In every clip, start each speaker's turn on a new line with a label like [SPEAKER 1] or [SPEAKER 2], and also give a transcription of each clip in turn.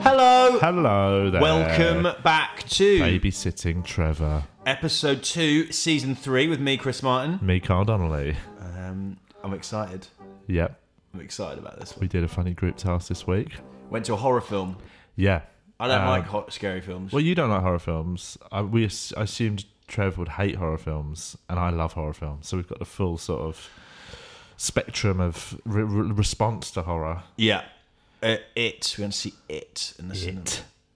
[SPEAKER 1] Hello.
[SPEAKER 2] Hello there.
[SPEAKER 1] Welcome back to
[SPEAKER 2] Babysitting Trevor.
[SPEAKER 1] episode two, season three, with me, Chris Martin.
[SPEAKER 2] Me, Carl Donnelly.
[SPEAKER 1] Um, I'm excited.
[SPEAKER 2] Yep.
[SPEAKER 1] I'm excited about this one.
[SPEAKER 2] We did a funny group task this week.
[SPEAKER 1] Went to a horror film.
[SPEAKER 2] Yeah.
[SPEAKER 1] I don't
[SPEAKER 2] Um,
[SPEAKER 1] like hot, scary films.
[SPEAKER 2] Well, you don't like horror films. I, we ass- assumed Trev would hate horror films, and I love horror films. So we've got the full sort of spectrum of re- re- response to horror.
[SPEAKER 1] yeah. Uh, it. We're going to see it in the cinema.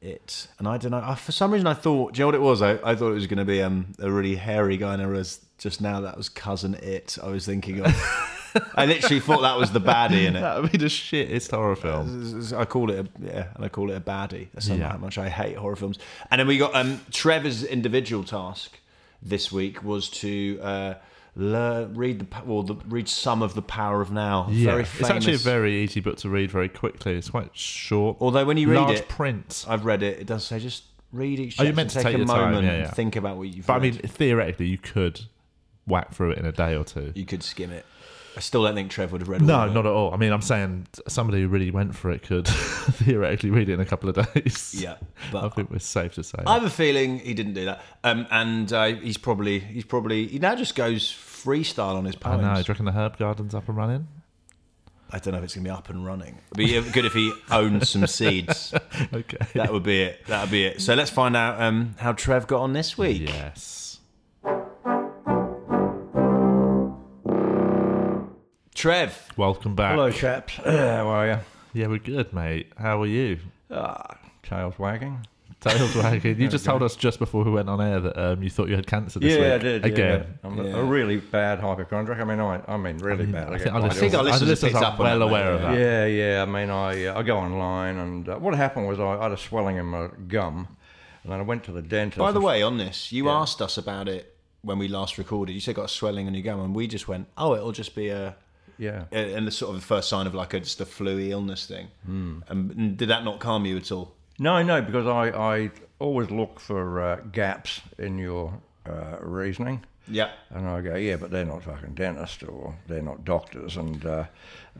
[SPEAKER 1] It. And I don't know. I, for some reason, I thought. Do you know what it was? I, I thought it was going to be um, a really hairy guy, and I realised just now that was cousin it. I was thinking of. I literally thought that was the baddie in it.
[SPEAKER 2] That would be the shittest horror film.
[SPEAKER 1] I call it a, yeah, and I call it a baddie. That's how-
[SPEAKER 2] Yeah.
[SPEAKER 1] how much I hate horror films. And then we got um, Trevor's individual task this week was to uh, learn, read the pa- well, the, read some of the Power of Now.
[SPEAKER 2] Yeah.
[SPEAKER 1] Very famous.
[SPEAKER 2] It's actually a very easy book to read very quickly. It's quite short.
[SPEAKER 1] Although when you read
[SPEAKER 2] large
[SPEAKER 1] it-
[SPEAKER 2] print.
[SPEAKER 1] I've read it. It does say just read each.
[SPEAKER 2] Oh, you
[SPEAKER 1] chapter,
[SPEAKER 2] meant to
[SPEAKER 1] take,
[SPEAKER 2] take
[SPEAKER 1] a
[SPEAKER 2] your time,
[SPEAKER 1] moment
[SPEAKER 2] yeah, yeah.
[SPEAKER 1] and think about what you've.
[SPEAKER 2] But I
[SPEAKER 1] read.
[SPEAKER 2] mean, theoretically, you could whack through it in a day or two.
[SPEAKER 1] you could skim it. I still don't think Trevor would have read. all
[SPEAKER 2] No,
[SPEAKER 1] of it.
[SPEAKER 2] not at all. I mean, I'm saying somebody who really went for it could theoretically read it in a couple of days.
[SPEAKER 1] Yeah,
[SPEAKER 2] I
[SPEAKER 1] but
[SPEAKER 2] think we're safe to say.
[SPEAKER 1] I have a feeling he didn't do that. Um, and uh, he's probably he's probably he now just goes freestyle on his
[SPEAKER 2] I
[SPEAKER 1] poems.
[SPEAKER 2] know. Do you reckon the herb garden's up and running?
[SPEAKER 1] I don't know if it's gonna be up and running. It'd be good if he owned some seeds.
[SPEAKER 2] Okay.
[SPEAKER 1] That would be it. That would be it. So let's find out um, how Trev got on this week.
[SPEAKER 2] yes.
[SPEAKER 1] Trev,
[SPEAKER 2] Welcome back.
[SPEAKER 3] Hello, chaps. How are you?
[SPEAKER 2] Yeah, we're good, mate. How are you?
[SPEAKER 3] Tails wagging.
[SPEAKER 2] Tails wagging. You just told us just before we went on air that um, you thought you had cancer this
[SPEAKER 3] yeah, I
[SPEAKER 2] week.
[SPEAKER 3] did. yeah.
[SPEAKER 2] Again.
[SPEAKER 3] I'm a- a really bad hypochondriac. I mean, I, I mean, really bad.
[SPEAKER 2] I
[SPEAKER 3] get
[SPEAKER 2] think, I
[SPEAKER 3] quite
[SPEAKER 1] think
[SPEAKER 3] ill.
[SPEAKER 1] our listeners have picked
[SPEAKER 2] are
[SPEAKER 1] up on
[SPEAKER 2] well
[SPEAKER 1] that,
[SPEAKER 2] aware of
[SPEAKER 1] mate.
[SPEAKER 2] that.
[SPEAKER 3] Yeah, yeah. I mean, I uh, I go online, and uh, what happened was I, I had a swelling in my gum, and then I went to the dentist.
[SPEAKER 1] by the way, on this, you asked us about it when we last recorded. You said got a swelling on your gum, and we just went, "Oh, it'll just be a."
[SPEAKER 3] yeah.
[SPEAKER 1] a- And the sort of the first sign of like a, just a flu illness thing.
[SPEAKER 2] Hmm.
[SPEAKER 1] Mm. And did that not calm you at all?
[SPEAKER 3] No, no, because I, I always look for uh, gaps in your uh, reasoning.
[SPEAKER 1] Yeah.
[SPEAKER 3] And I go, yeah, but they're not fucking dentists or they're not doctors. And uh,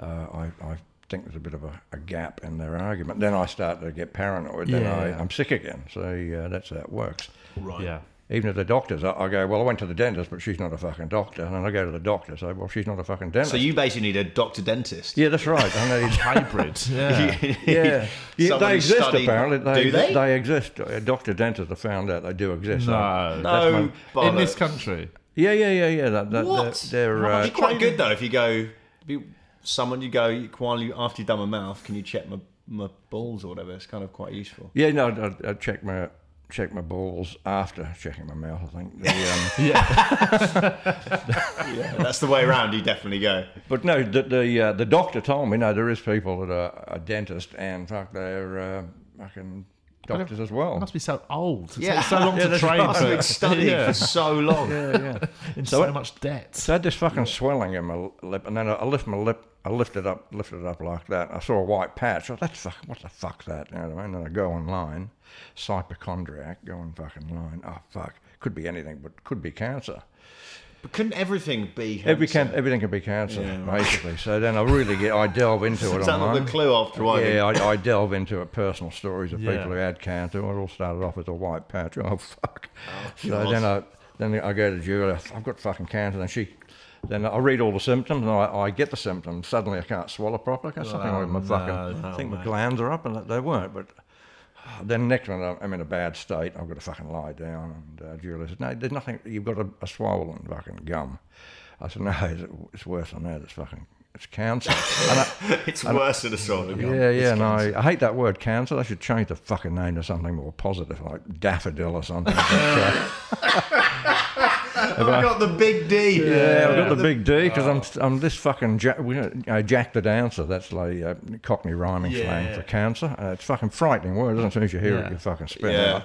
[SPEAKER 3] uh, I, I think there's a bit of a, a gap in their argument. Then I start to get paranoid. Then
[SPEAKER 2] Yeah.
[SPEAKER 3] I, I'm sick again. So uh, that's how it works.
[SPEAKER 1] Right.
[SPEAKER 2] Yeah.
[SPEAKER 3] Even at the doctors, I, I go, well, I went to the dentist, but she's not a fucking doctor. And then I go to the doctor, say, well, she's not a fucking dentist.
[SPEAKER 1] So you basically need a doctor dentist.
[SPEAKER 3] yeah, that's right. I need
[SPEAKER 2] Hybrid. Yeah.
[SPEAKER 3] yeah, Yeah,
[SPEAKER 1] Someone
[SPEAKER 3] they
[SPEAKER 1] who
[SPEAKER 3] exist
[SPEAKER 1] studied-
[SPEAKER 3] apparently. They,
[SPEAKER 1] Do they?
[SPEAKER 3] exist. Uh, Doctor dentists have found out they do exist.
[SPEAKER 2] No.
[SPEAKER 1] No,
[SPEAKER 2] That's my- in this
[SPEAKER 1] bollocks.
[SPEAKER 2] country.
[SPEAKER 3] Yeah, yeah, yeah, yeah. That, that,
[SPEAKER 1] What?
[SPEAKER 3] They're, they're, uh,
[SPEAKER 1] It'd be quite good though if you go, be someone you go you- while you after you've done my mouth, can you check my my balls or whatever? It's kind of quite useful.
[SPEAKER 3] yeah. No, I, I check my check my balls after checking my mouth. I think. The, um,
[SPEAKER 1] Yeah, that's the way around. You definitely go.
[SPEAKER 3] But no, the the, uh, the doctor told me no. There is people that are, are dentists and fuck, they're uh, fucking doctors as well.
[SPEAKER 2] It must be so old. It's
[SPEAKER 1] Yeah.
[SPEAKER 2] yeah. so long
[SPEAKER 1] Yeah,
[SPEAKER 2] to
[SPEAKER 1] that's
[SPEAKER 2] train
[SPEAKER 1] I've
[SPEAKER 2] for
[SPEAKER 1] been studying for so long.
[SPEAKER 3] yeah, yeah.
[SPEAKER 2] in so, much debt.
[SPEAKER 3] So I had this fucking swelling in my lip, and then I, I lift my lip, I lift it up, lift it up like that. and I saw a white patch. I thought, that's fucking, what the fuck's that? You know what I mean? Then I go online, hypochondriac, go on fucking line. Oh, fuck. Could be anything, but could be cancer.
[SPEAKER 1] But couldn't everything be? Cancer?
[SPEAKER 3] Every can, everything can be cancer,
[SPEAKER 1] Yeah.
[SPEAKER 3] basically. So then I really get, I delve into it
[SPEAKER 1] Is that not
[SPEAKER 3] online.
[SPEAKER 1] the clue after all?
[SPEAKER 3] yeah, I, I delve into it, personal stories of
[SPEAKER 2] Yeah.
[SPEAKER 3] people who had cancer. It all started off as a white patch. Oh fuck!
[SPEAKER 1] Oh,
[SPEAKER 3] so then I then I go to Julie. I've got fucking cancer. And she, then I read all the symptoms and I, I get the symptoms. Suddenly I can't swallow properly. I go, something wrong with my fucking. I think my glands are up, and they weren't. But then next one, I'm- I'm in a bad state. I've got to fucking lie down. And uh, Julie says, "No, there's nothing. You've got a, a swollen fucking gum." I said, "No, it's, it's worse than that. It's fucking, it's cancer." and I,
[SPEAKER 1] it's worse than a sword.
[SPEAKER 3] yeah, yeah, no, I, I hate that word cancer. I should change the fucking name to something more positive, like daffodil or something. But, uh,
[SPEAKER 1] I've Oh, got the big D.
[SPEAKER 3] yeah, I've got the big D because
[SPEAKER 1] Oh.
[SPEAKER 3] I'm I'm this fucking Jack, we- uh, Jack the Dancer. That's like uh, Cockney rhyming slang for cancer. Uh, it's fucking frightening word. As soon as you hear it,
[SPEAKER 2] Yeah.
[SPEAKER 3] you fucking spit
[SPEAKER 1] Yeah.
[SPEAKER 3] out.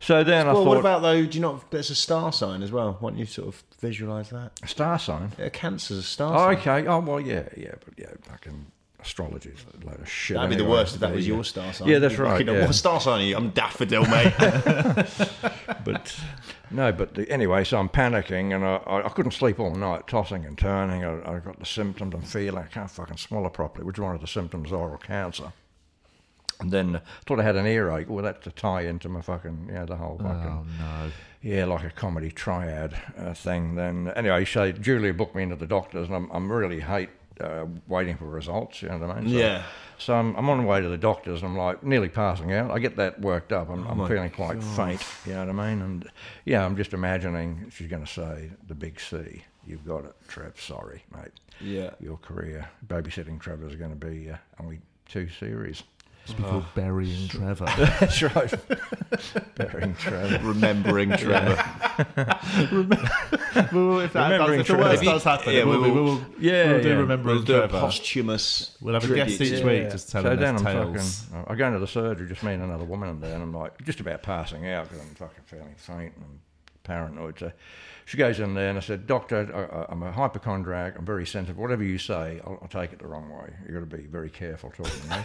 [SPEAKER 3] So then I
[SPEAKER 1] Well,
[SPEAKER 3] thought,
[SPEAKER 1] what about though? Do you not? There's a star sign as well. Why don't you sort of visualize that?
[SPEAKER 3] star sign?
[SPEAKER 1] Yeah, cancer's a star
[SPEAKER 3] Oh,
[SPEAKER 1] sign.
[SPEAKER 3] okay. Oh, well, yeah, yeah, but yeah, fucking astrology is a load of shit.
[SPEAKER 1] That'd be the
[SPEAKER 3] anyway.
[SPEAKER 1] worst if that was
[SPEAKER 3] Yeah.
[SPEAKER 1] your star sign.
[SPEAKER 3] Yeah, that's
[SPEAKER 1] You'd be
[SPEAKER 3] right,
[SPEAKER 1] fucking,
[SPEAKER 3] yeah.
[SPEAKER 1] What star sign are you? I'm daffodil, mate.
[SPEAKER 3] but no, but the, anyway, so I'm panicking and I, I, I couldn't sleep all night, tossing and turning. I, I got the symptoms I'm feeling. I can't fucking swallow properly, which is one of the symptoms of oral cancer. And then I thought I had an earache. Well, that's to tie into my fucking, yeah, the whole fucking
[SPEAKER 2] Oh no.
[SPEAKER 3] yeah, like a comedy triad uh, thing. Then anyway, so Julia booked me into the doctors, and I'm, I'm really hate uh, waiting for results. You know what I mean? So,
[SPEAKER 1] Yeah.
[SPEAKER 3] So I'm, I'm on the way to the doctors, and I'm like nearly passing out. I get that worked up.
[SPEAKER 1] Oh
[SPEAKER 3] I'm, I'm feeling quite faint. You know what I mean? And yeah, I'm just imagining she's going to say the big C. You've got it, Trev. Sorry, mate.
[SPEAKER 1] Yeah.
[SPEAKER 3] Your career babysitting Trevor is going to be uh, only two series.
[SPEAKER 2] It's
[SPEAKER 1] Oh.
[SPEAKER 2] called burying Trevor.
[SPEAKER 3] That's right. Bearing Trevor.
[SPEAKER 1] Remembering Trevor.
[SPEAKER 2] we will, if that does, if
[SPEAKER 3] Remembering
[SPEAKER 2] the
[SPEAKER 3] Trevor.
[SPEAKER 2] worst does happen,
[SPEAKER 1] Yeah,
[SPEAKER 2] we will.
[SPEAKER 1] we
[SPEAKER 2] We
[SPEAKER 1] will-
[SPEAKER 2] will
[SPEAKER 3] Yeah,
[SPEAKER 2] we'll do
[SPEAKER 3] yeah.
[SPEAKER 2] remembering
[SPEAKER 1] We'll do a
[SPEAKER 2] Trevor.
[SPEAKER 1] posthumous.
[SPEAKER 2] we'll have a guest
[SPEAKER 1] tribute
[SPEAKER 2] each
[SPEAKER 1] to-
[SPEAKER 2] week just telling
[SPEAKER 3] so then
[SPEAKER 2] us
[SPEAKER 3] I'm
[SPEAKER 2] tales.
[SPEAKER 3] fucking. I go into the surgery, just me and another woman in there, and I'm like just about passing out because I'm fucking feeling faint and paranoid. So she goes in there, and I said, "Doctor, I- I, I'm a hypochondriac. I'm very sensitive. Whatever you say, I'll, I'll take it the wrong way. You've got to be very careful talking to me."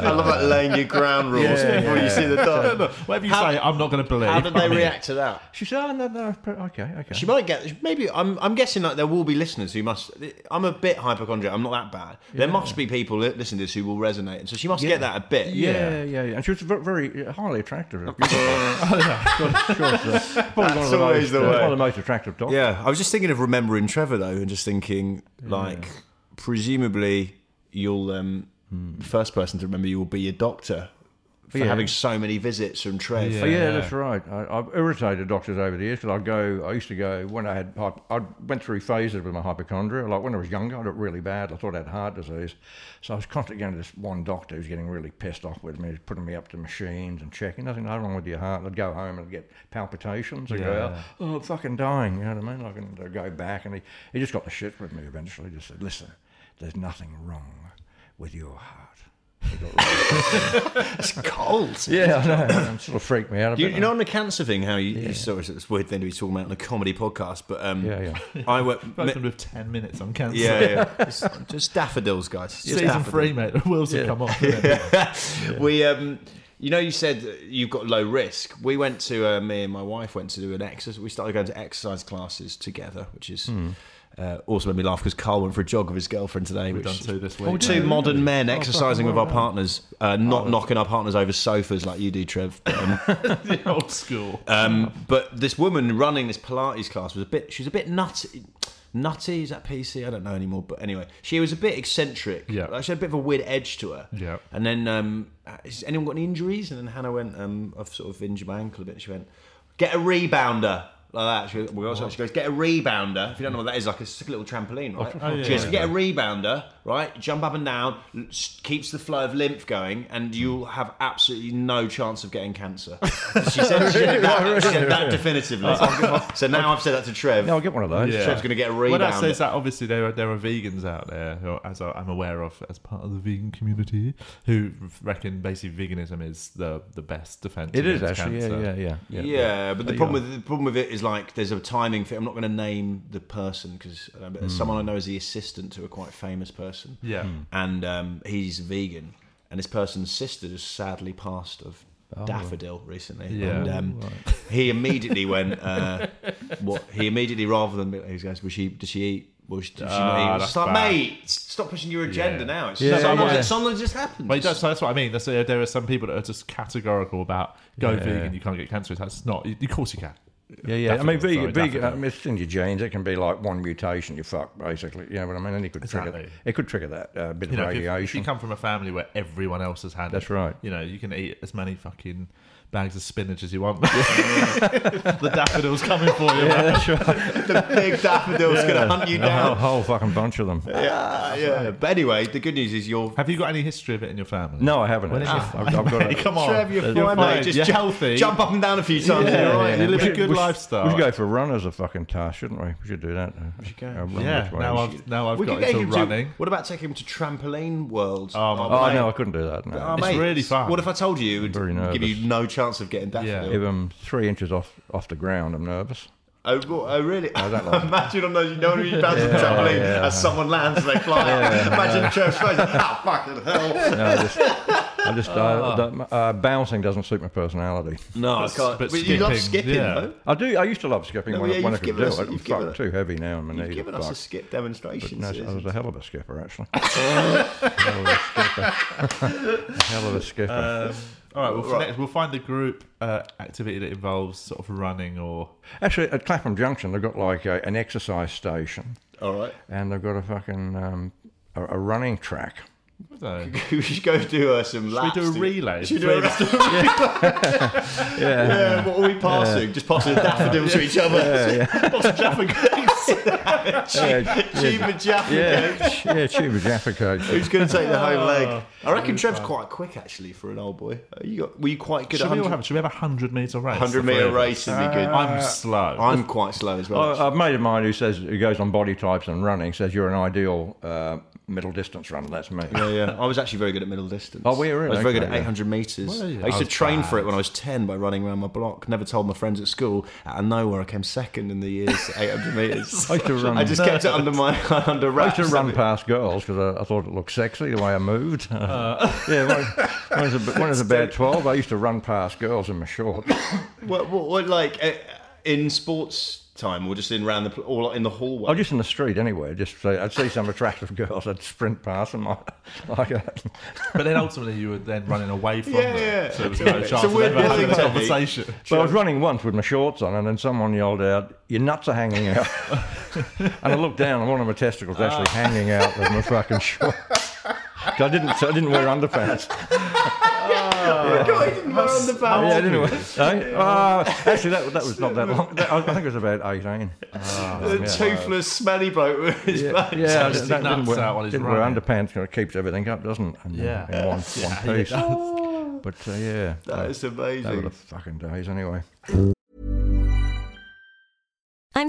[SPEAKER 1] I love that laying your ground rules
[SPEAKER 3] Yeah,
[SPEAKER 1] before you
[SPEAKER 3] yeah.
[SPEAKER 1] see the doctor.
[SPEAKER 2] Whatever you
[SPEAKER 1] How-
[SPEAKER 2] say, I'm not going to believe.
[SPEAKER 1] How did they
[SPEAKER 2] I mean,
[SPEAKER 1] react to that?
[SPEAKER 3] she said, "Oh no, no, pre- okay, okay."
[SPEAKER 1] She might get maybe. I'm I'm guessing like there will be listeners who must. I'm a bit hypochondriac. I'm not that bad. There must be people that listen to this who will resonate, and so she must get that a bit.
[SPEAKER 3] yeah, yeah, yeah, and she was ve- very uh, highly attractive. Oh, Beautiful. She was, uh, probably one of
[SPEAKER 1] That's
[SPEAKER 3] the
[SPEAKER 1] always
[SPEAKER 3] most,
[SPEAKER 1] the
[SPEAKER 3] uh,
[SPEAKER 1] way.
[SPEAKER 3] one of the most attractive doctors.
[SPEAKER 1] Yeah, I was just thinking of remembering Trevor though, and just thinking like, presumably you'll um,
[SPEAKER 2] Hmm.
[SPEAKER 1] the first person to remember you will be your doctor for
[SPEAKER 3] Yeah.
[SPEAKER 1] having so many visits from Trev.
[SPEAKER 3] Oh,
[SPEAKER 2] Yeah.
[SPEAKER 3] yeah, that's right. I, I've irritated doctors over the years because I go. I used to go when I had. hy- I went through phases with my hypochondria. Like when I was younger, I had it really bad. I thought I had heart disease, so I was constantly going to this one doctor who's getting really pissed off with me, He's putting me up to machines and checking. Nothing no wrong with your heart. I'd go home and get palpitations. I'd go, out, oh, I'm fucking dying. You know what I mean? I can I'd go back, and he, he just got the shit with me. Eventually, just said, listen, there's nothing wrong with your heart. He got really-
[SPEAKER 1] It's cold.
[SPEAKER 3] yeah, I know. and sort of freaked me out a
[SPEAKER 1] You,
[SPEAKER 3] bit.
[SPEAKER 1] you know, on the cancer thing, how you, it's always it's a weird thing to be talking about on a comedy podcast, but um,
[SPEAKER 3] Yeah, yeah.
[SPEAKER 1] I work.
[SPEAKER 2] Open with ten minutes on cancer.
[SPEAKER 1] yeah, yeah. It's just daffodils, guys. It's Just
[SPEAKER 2] Season
[SPEAKER 1] daffodils.
[SPEAKER 2] three, mate. The wheels have come off. haven't they?
[SPEAKER 1] we um you know you said you've got low risk we went to uh, me and my wife went to do an exercise we started going to exercise classes together which is uh, also made me laugh because carl went for a jog with his girlfriend today we've
[SPEAKER 2] done two this week.
[SPEAKER 1] two
[SPEAKER 2] Yeah.
[SPEAKER 1] modern men exercising with our partners uh, not knocking our partners over sofas like you do trev but, um,
[SPEAKER 2] The Old school.
[SPEAKER 1] um, but this woman running this Pilates class was a bit. She was a bit nutty. Nutty is that PC? I don't know anymore. But anyway, she was a bit eccentric.
[SPEAKER 2] Yeah.
[SPEAKER 1] like she had a bit of a weird edge to her.
[SPEAKER 2] Yeah.
[SPEAKER 1] And then, um, has anyone got any injuries? And then Hannah went, um, I've sort of injured my ankle a bit. She went, get a rebounder. Like that, she goes, we also- she goes, get a rebounder. If you don't know what that is, like a, it's like a little trampoline, right?
[SPEAKER 2] Oh, yeah,
[SPEAKER 1] she goes,
[SPEAKER 2] yeah.
[SPEAKER 1] get a rebounder, right? Jump up and down, l- s- keeps the flow of lymph going, and you'll have absolutely no chance of getting cancer. She said, she said that, she said that definitively. so now I've said that to Trev.
[SPEAKER 3] No, I'll get one of those.
[SPEAKER 1] Trev's going to get a rebound.
[SPEAKER 2] When I say that, obviously there are there are vegans out there, who, as I- I'm aware of, as part of the vegan community, who reckon basically veganism is the the best defense.
[SPEAKER 3] It is
[SPEAKER 2] against
[SPEAKER 3] actually,
[SPEAKER 2] cancer.
[SPEAKER 3] yeah, yeah, yeah,
[SPEAKER 1] yeah, but the problem with the problem with it is like there's a timing thing. I'm not going to name the person because uh, but someone I know is the assistant to a quite famous person.
[SPEAKER 2] Yeah.
[SPEAKER 1] and um, he's vegan, and this person's sister just sadly passed of Daffodil recently,
[SPEAKER 2] Oh. Yeah.
[SPEAKER 1] and um,
[SPEAKER 2] Right.
[SPEAKER 1] he immediately went. Uh, what he immediately rather than he goes, "Was she? Did she eat?" Well, she, did she not eat?
[SPEAKER 2] Ah,
[SPEAKER 1] It's
[SPEAKER 2] that's
[SPEAKER 1] like,
[SPEAKER 2] bad.
[SPEAKER 1] mate, stop pushing your agenda
[SPEAKER 2] Yeah.
[SPEAKER 1] now. It's
[SPEAKER 3] Yeah,
[SPEAKER 1] sometimes,
[SPEAKER 3] yeah.
[SPEAKER 1] sometimes it just happens.
[SPEAKER 2] But that's, that's what I mean. That's, uh, there are some people that are just categorical about go
[SPEAKER 3] Yeah.
[SPEAKER 2] vegan, you can't get cancer. That's not. Of course you can.
[SPEAKER 3] Yeah, yeah. I mean,
[SPEAKER 2] Daffodil,
[SPEAKER 3] vegan,
[SPEAKER 2] sorry,
[SPEAKER 3] vegan
[SPEAKER 2] daffodil.
[SPEAKER 3] I mean, it's in your genes. It can be like one mutation. You fuck, basically. You know what I mean? And it could trigger.
[SPEAKER 2] Exactly.
[SPEAKER 3] It could trigger that uh, bit
[SPEAKER 2] You
[SPEAKER 3] of
[SPEAKER 2] know, if you,
[SPEAKER 3] radiation.
[SPEAKER 2] if you come from a family where everyone else has had it,
[SPEAKER 3] That's right.
[SPEAKER 2] You know, you can eat as many fucking bags of spinach as you want. the daffodil's coming for you.
[SPEAKER 3] yeah, that's right.
[SPEAKER 1] the big daffodil's going to hunt you
[SPEAKER 3] A whole,
[SPEAKER 1] down.
[SPEAKER 3] whole fucking bunch of them.
[SPEAKER 1] Yeah, yeah. But anyway, the good news is you're
[SPEAKER 2] Have you got any history of it in your family?
[SPEAKER 3] No, I haven't. actually. I've, I've got
[SPEAKER 2] Hey,
[SPEAKER 3] a,
[SPEAKER 2] come on.
[SPEAKER 1] Trev, you're fine, mate. Just
[SPEAKER 2] You're
[SPEAKER 1] ju-
[SPEAKER 2] healthy.
[SPEAKER 1] jump up and down a few times.
[SPEAKER 2] Yeah,
[SPEAKER 1] you're all
[SPEAKER 2] yeah.
[SPEAKER 1] right.
[SPEAKER 2] You live a
[SPEAKER 3] should-
[SPEAKER 2] good
[SPEAKER 3] we should-
[SPEAKER 2] lifestyle.
[SPEAKER 3] We should go for run as a fucking task, shouldn't we? We should do that. Uh, We should go.
[SPEAKER 2] Yeah, now I've, now I've got into running.
[SPEAKER 1] To, what about taking him to trampoline world?
[SPEAKER 2] Oh, my-
[SPEAKER 3] Oh
[SPEAKER 1] mate.
[SPEAKER 3] no, I couldn't do that. No.
[SPEAKER 1] Oh,
[SPEAKER 2] It's
[SPEAKER 1] mate,
[SPEAKER 2] really fun.
[SPEAKER 1] What if I told you it would
[SPEAKER 3] Very
[SPEAKER 1] give
[SPEAKER 3] nervous.
[SPEAKER 1] you no chance of getting daffodil?
[SPEAKER 3] if I'm three inches off off the ground, I'm nervous.
[SPEAKER 1] Oh, well, oh, really?
[SPEAKER 3] don't like it.
[SPEAKER 1] Imagine on those, you know when you bounce on the trampoline as someone lands and they fly out. Imagine Trev's face. Oh, fucking hell.
[SPEAKER 3] No, I just, I just
[SPEAKER 2] Ah.
[SPEAKER 3] uh, the- uh, bouncing doesn't suit my personality.
[SPEAKER 1] No, I can't.
[SPEAKER 2] but
[SPEAKER 1] But you love
[SPEAKER 2] skipping,
[SPEAKER 1] skipping,
[SPEAKER 2] yeah.
[SPEAKER 1] though.
[SPEAKER 3] I do. I used to love skipping
[SPEAKER 1] No,
[SPEAKER 3] when, I-
[SPEAKER 1] yeah,
[SPEAKER 3] when I
[SPEAKER 1] you've
[SPEAKER 3] could
[SPEAKER 1] given
[SPEAKER 3] do
[SPEAKER 1] us-
[SPEAKER 3] it. I'm
[SPEAKER 1] you've given
[SPEAKER 3] fucking too heavy now in my
[SPEAKER 1] You've
[SPEAKER 3] knees.
[SPEAKER 1] given
[SPEAKER 3] are
[SPEAKER 1] us a
[SPEAKER 3] fucked.
[SPEAKER 1] skip demonstration.
[SPEAKER 3] No,
[SPEAKER 1] Susan.
[SPEAKER 3] I was a hell of a skipper, actually. Hell of a skipper. Hell of a skipper.
[SPEAKER 2] All right, well, for
[SPEAKER 1] Right.
[SPEAKER 2] next, we'll find the group uh, activity that involves sort of running or.
[SPEAKER 3] actually, at Clapham Junction, they've got like a, an exercise station,
[SPEAKER 1] All right.
[SPEAKER 3] and they've got a fucking um, a, a running track.
[SPEAKER 2] I don't know.
[SPEAKER 1] we should go do uh, some
[SPEAKER 2] we
[SPEAKER 1] laps.
[SPEAKER 2] do a
[SPEAKER 1] to-
[SPEAKER 2] relay?
[SPEAKER 1] Should we do a
[SPEAKER 2] Three-
[SPEAKER 3] Yeah.
[SPEAKER 1] Yeah, what are we passing? Just passing a daffodil to each other. Lots of Jaffa cakes. Tube- Tube of Jaffa cakes.
[SPEAKER 3] Yeah, yeah, tube of Jaffa Cake.
[SPEAKER 1] Who's going to take the home leg? I reckon Trev's quite quick actually for an old boy. Uh, You got, were you quite good
[SPEAKER 2] Should
[SPEAKER 1] at
[SPEAKER 2] we all
[SPEAKER 1] 100,
[SPEAKER 2] have? Should we have a hundred meter race?
[SPEAKER 1] 100
[SPEAKER 2] the three
[SPEAKER 1] meter
[SPEAKER 2] of
[SPEAKER 1] race?
[SPEAKER 2] us?
[SPEAKER 1] Would be good.
[SPEAKER 2] I'm slow.
[SPEAKER 1] I'm quite slow as well.
[SPEAKER 3] I, I've made a mine who says who goes on body types and running says you're an ideal uh, middle distance runner. That's me.
[SPEAKER 1] actually. yeah, yeah. I was actually very good at middle distance.
[SPEAKER 3] Oh, were you really?
[SPEAKER 1] I was very good
[SPEAKER 3] Okay,
[SPEAKER 1] at
[SPEAKER 3] yeah.
[SPEAKER 1] 800 metres.
[SPEAKER 2] Were you?
[SPEAKER 1] I used
[SPEAKER 2] I
[SPEAKER 1] to
[SPEAKER 2] was
[SPEAKER 1] train for
[SPEAKER 2] bad.
[SPEAKER 1] it when I was 10 by running around my block. Never told my friends at school. Out of nowhere, I came second in the year's 800 metres.
[SPEAKER 3] I used to run.
[SPEAKER 1] I just kept it under my under
[SPEAKER 3] I
[SPEAKER 1] wraps.
[SPEAKER 3] used to run past girls because I, I thought it looked sexy the way I moved. yeah, when, when I was ab- when I was about twelve, I used to run past girls in my shorts.
[SPEAKER 1] What, what, what like uh, in sports time or just in round the pl- or like in the hallway?
[SPEAKER 3] Or just in the street anyway. Just say, I'd see some attractive girls, I'd sprint past them like, like that.
[SPEAKER 2] But then ultimately, you were then running away from
[SPEAKER 1] Yeah,
[SPEAKER 2] them.
[SPEAKER 1] yeah.
[SPEAKER 2] So there was
[SPEAKER 1] Yeah,
[SPEAKER 2] no
[SPEAKER 1] it's
[SPEAKER 2] chance
[SPEAKER 1] a
[SPEAKER 2] of
[SPEAKER 1] weird
[SPEAKER 2] ever having a
[SPEAKER 1] building technique.
[SPEAKER 2] conversation.
[SPEAKER 3] But I was running once with my shorts on, and then someone yelled out, "Your nuts are hanging out!" and I looked down, and one of my testicles was actually
[SPEAKER 2] Ah.
[SPEAKER 3] hanging out of my fucking shorts. 'Cause I didn't, I didn't wear underpants.
[SPEAKER 1] God, he didn't wear underpants.
[SPEAKER 3] Oh, yeah, I didn't wear. Eh? Oh, actually, that, that was not that long. That- I think it was about eighteen.
[SPEAKER 1] The toothless, smelly bloke with his yeah,
[SPEAKER 3] Yeah, I
[SPEAKER 2] Just
[SPEAKER 3] didn't,
[SPEAKER 2] stick
[SPEAKER 3] didn't
[SPEAKER 2] nuts
[SPEAKER 3] wear,
[SPEAKER 2] out while he's
[SPEAKER 3] didn't wear
[SPEAKER 2] running.
[SPEAKER 3] underpants. 'cause It keeps everything up, doesn't it? And, uh,
[SPEAKER 2] Yeah.
[SPEAKER 3] in one, one piece.
[SPEAKER 2] yeah.
[SPEAKER 3] But uh, yeah,
[SPEAKER 1] That is
[SPEAKER 3] they were the
[SPEAKER 1] amazing.
[SPEAKER 3] fucking days anyway.
[SPEAKER 4] I'm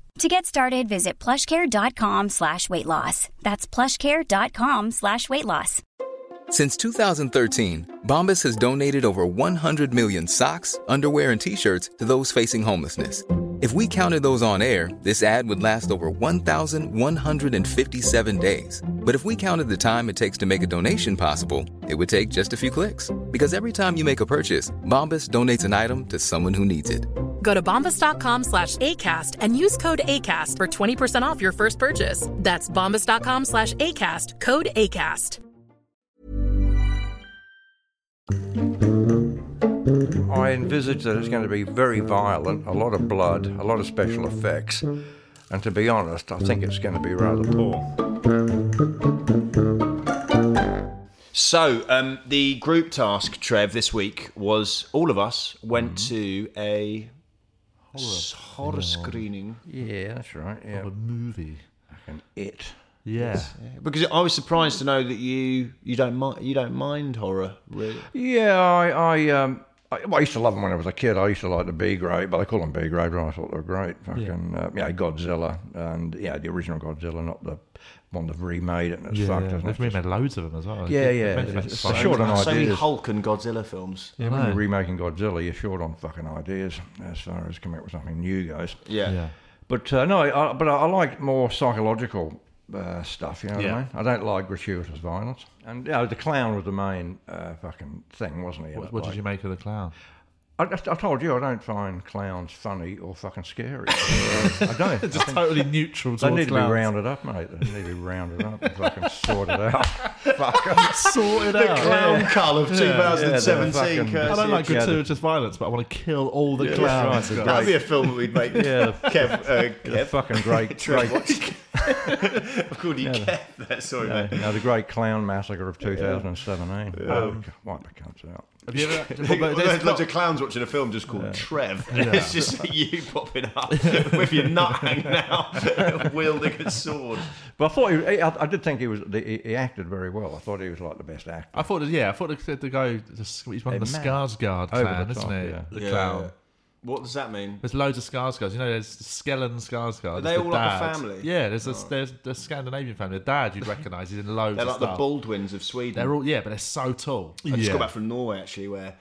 [SPEAKER 5] To get started, visit plushcare.com slash weight loss. That's plushcare.com slash weight loss.
[SPEAKER 6] Since 2013, Bombas has donated over 100 million socks, underwear, and t shirts to those facing homelessness. If we counted those on air, this ad would last over 1,157 days. But if we counted the time it takes to make a donation possible, it would take just a few clicks. Because every time you make a purchase, Bombas donates an item to someone who needs it.
[SPEAKER 7] Go to bombas.com slash ACAST and use code ACAST for 20% off your first purchase. That's bombas.com slash ACAST, code ACAST.
[SPEAKER 3] I envisage that it's going to be very violent, a lot of blood, a lot of special effects. And to be honest, I think it's going to be rather poor.
[SPEAKER 1] So, um, the group task, Trev, this week was all of us went
[SPEAKER 3] Mm-hmm.
[SPEAKER 1] to a s- horror, screening
[SPEAKER 3] Yeah, that's right. Yeah,
[SPEAKER 2] Of a movie.
[SPEAKER 3] and it.
[SPEAKER 2] Yeah.
[SPEAKER 1] because I was surprised to know that you you don't mind you don't mind horror really.
[SPEAKER 3] Yeah, I I, um, I, well, I used to love them when I was a kid. I used to like the B grade, but they call them B grade, and I thought they were great. Fucking yeah, uh, yeah Godzilla, and yeah, the original Godzilla, not the one they've remade it and it's
[SPEAKER 2] Yeah,
[SPEAKER 3] fucked.
[SPEAKER 2] yeah.
[SPEAKER 3] Isn't it?
[SPEAKER 2] They've remade loads of them as well.
[SPEAKER 3] Yeah,
[SPEAKER 2] They've
[SPEAKER 3] yeah.
[SPEAKER 2] made about
[SPEAKER 3] It's
[SPEAKER 2] five.
[SPEAKER 3] short on
[SPEAKER 1] so many
[SPEAKER 3] ideas.
[SPEAKER 1] Hulk and Godzilla films.
[SPEAKER 3] Yeah, when you're remaking Godzilla, you're short on fucking ideas as far as coming up with something new goes.
[SPEAKER 1] Yeah.
[SPEAKER 2] Yeah.
[SPEAKER 3] But uh, no, I, but I, I like more psychological uh, stuff. You know
[SPEAKER 1] Yeah.
[SPEAKER 3] what I mean? I don't like gratuitous violence. And you know, the clown was the main uh, fucking thing, wasn't he?
[SPEAKER 2] What, what did you make of the clown?
[SPEAKER 3] I, I told you I don't find clowns funny or fucking scary. I don't. I think
[SPEAKER 2] Totally neutral
[SPEAKER 3] they
[SPEAKER 2] towards
[SPEAKER 3] need to be
[SPEAKER 2] clowns.
[SPEAKER 3] rounded up, mate. They need to be rounded up and fucking sorted out.
[SPEAKER 2] Sorted out.
[SPEAKER 1] Clown Cull of
[SPEAKER 3] Yeah, they're
[SPEAKER 1] 2017.
[SPEAKER 3] fucking-
[SPEAKER 2] I
[SPEAKER 1] Kirsty.
[SPEAKER 2] don't like
[SPEAKER 3] Yeah, the-
[SPEAKER 2] gratuitous violence, but I want to kill all the
[SPEAKER 3] right,
[SPEAKER 2] clowns.
[SPEAKER 3] that's
[SPEAKER 1] That'd be a film that we'd make.
[SPEAKER 3] Yeah.
[SPEAKER 1] Kev, uh,
[SPEAKER 3] The
[SPEAKER 1] Kev.
[SPEAKER 3] fucking great,
[SPEAKER 1] Trev,
[SPEAKER 3] great
[SPEAKER 1] what's- I've called you Kev. There, sorry,
[SPEAKER 3] Yeah,
[SPEAKER 1] mate.
[SPEAKER 3] now the Great Clown Massacre of 2017. Oh, c- wipe the cunts out.
[SPEAKER 2] Have you ever-
[SPEAKER 1] Well,
[SPEAKER 2] but there's
[SPEAKER 1] there's loads of clowns watching a film just called Trev. It's just you popping up with your nut hanging out, wielding a sword.
[SPEAKER 3] But I thought he, he- I, I did think he was. the- He, he acted very well. I thought he was like the best actor.
[SPEAKER 2] I thought, yeah, I thought the, the guy, the, he's one
[SPEAKER 3] A
[SPEAKER 2] of the
[SPEAKER 3] man.
[SPEAKER 2] Skarsgård
[SPEAKER 3] Over the
[SPEAKER 2] clan,
[SPEAKER 3] top,
[SPEAKER 2] isn't he?
[SPEAKER 3] yeah.
[SPEAKER 2] The
[SPEAKER 1] Yeah.
[SPEAKER 2] clown.
[SPEAKER 1] What does that mean?
[SPEAKER 2] There's loads of Skarsgårds. You know, there's Skellen Skarsgård.
[SPEAKER 1] Are
[SPEAKER 2] there's
[SPEAKER 1] they
[SPEAKER 2] the
[SPEAKER 1] all like a
[SPEAKER 2] dad.
[SPEAKER 1] family? Oh.
[SPEAKER 2] Yeah, there's a, there's a Scandinavian family. The dad you'd recognise. He's in loads
[SPEAKER 1] They're
[SPEAKER 2] of
[SPEAKER 1] like the
[SPEAKER 2] stuff.
[SPEAKER 1] Baldwins of Sweden.
[SPEAKER 2] They're all, yeah, but they're so tall.
[SPEAKER 1] I just
[SPEAKER 2] yeah. Hmm.
[SPEAKER 1] got back from Norway actually, where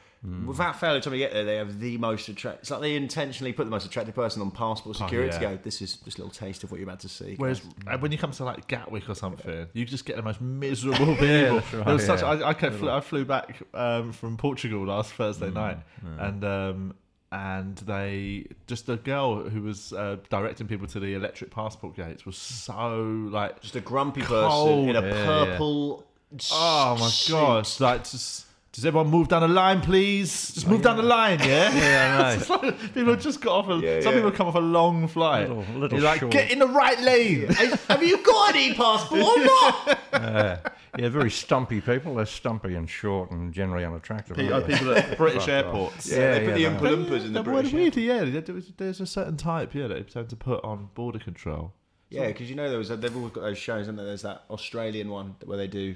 [SPEAKER 1] without fail, every time you get there, they have the most attractive. It's like they intentionally put the most attractive person on passport security
[SPEAKER 2] Oh, yeah.
[SPEAKER 1] to go. This is just a little taste of what you're about to see.
[SPEAKER 2] Whereas uh, when you come to like Gatwick or something, you just get the most miserable people. there was such, I, I, kept- flew, I flew back um, from Portugal last Thursday night, and um, and they just the girl who was uh, directing people to the electric passport gates was so like
[SPEAKER 1] just a grumpy
[SPEAKER 2] Cold.
[SPEAKER 1] person in a
[SPEAKER 2] Yeah, yeah.
[SPEAKER 1] purple. s-
[SPEAKER 2] Oh my
[SPEAKER 1] suit.
[SPEAKER 2] gosh! Like, just, does everyone move down the line, please? Just move down the line, yeah. yeah,
[SPEAKER 3] I know.
[SPEAKER 2] It's just like people have just got off. A,
[SPEAKER 1] Yeah,
[SPEAKER 2] some
[SPEAKER 1] yeah.
[SPEAKER 2] people come off a long flight.
[SPEAKER 3] Little- little
[SPEAKER 2] You're like,
[SPEAKER 3] short.
[SPEAKER 2] get in the right lane.
[SPEAKER 1] Have you got an e-passport or not?
[SPEAKER 3] Yeah, very stumpy people. They're stumpy and short and generally unattractive.
[SPEAKER 2] Pe-
[SPEAKER 3] aren't
[SPEAKER 2] uh,
[SPEAKER 3] they?
[SPEAKER 2] people at British airports.
[SPEAKER 3] Yeah,
[SPEAKER 1] they put
[SPEAKER 3] yeah,
[SPEAKER 1] the
[SPEAKER 3] no.
[SPEAKER 1] Oompa Loompas in the
[SPEAKER 2] But what
[SPEAKER 1] British.
[SPEAKER 2] weird, yeah. there- there was- There's a certain type, yeah, that they tend to put on border control.
[SPEAKER 1] Yeah, because you know there was a, they've all got those shows, and there's that Australian one where they do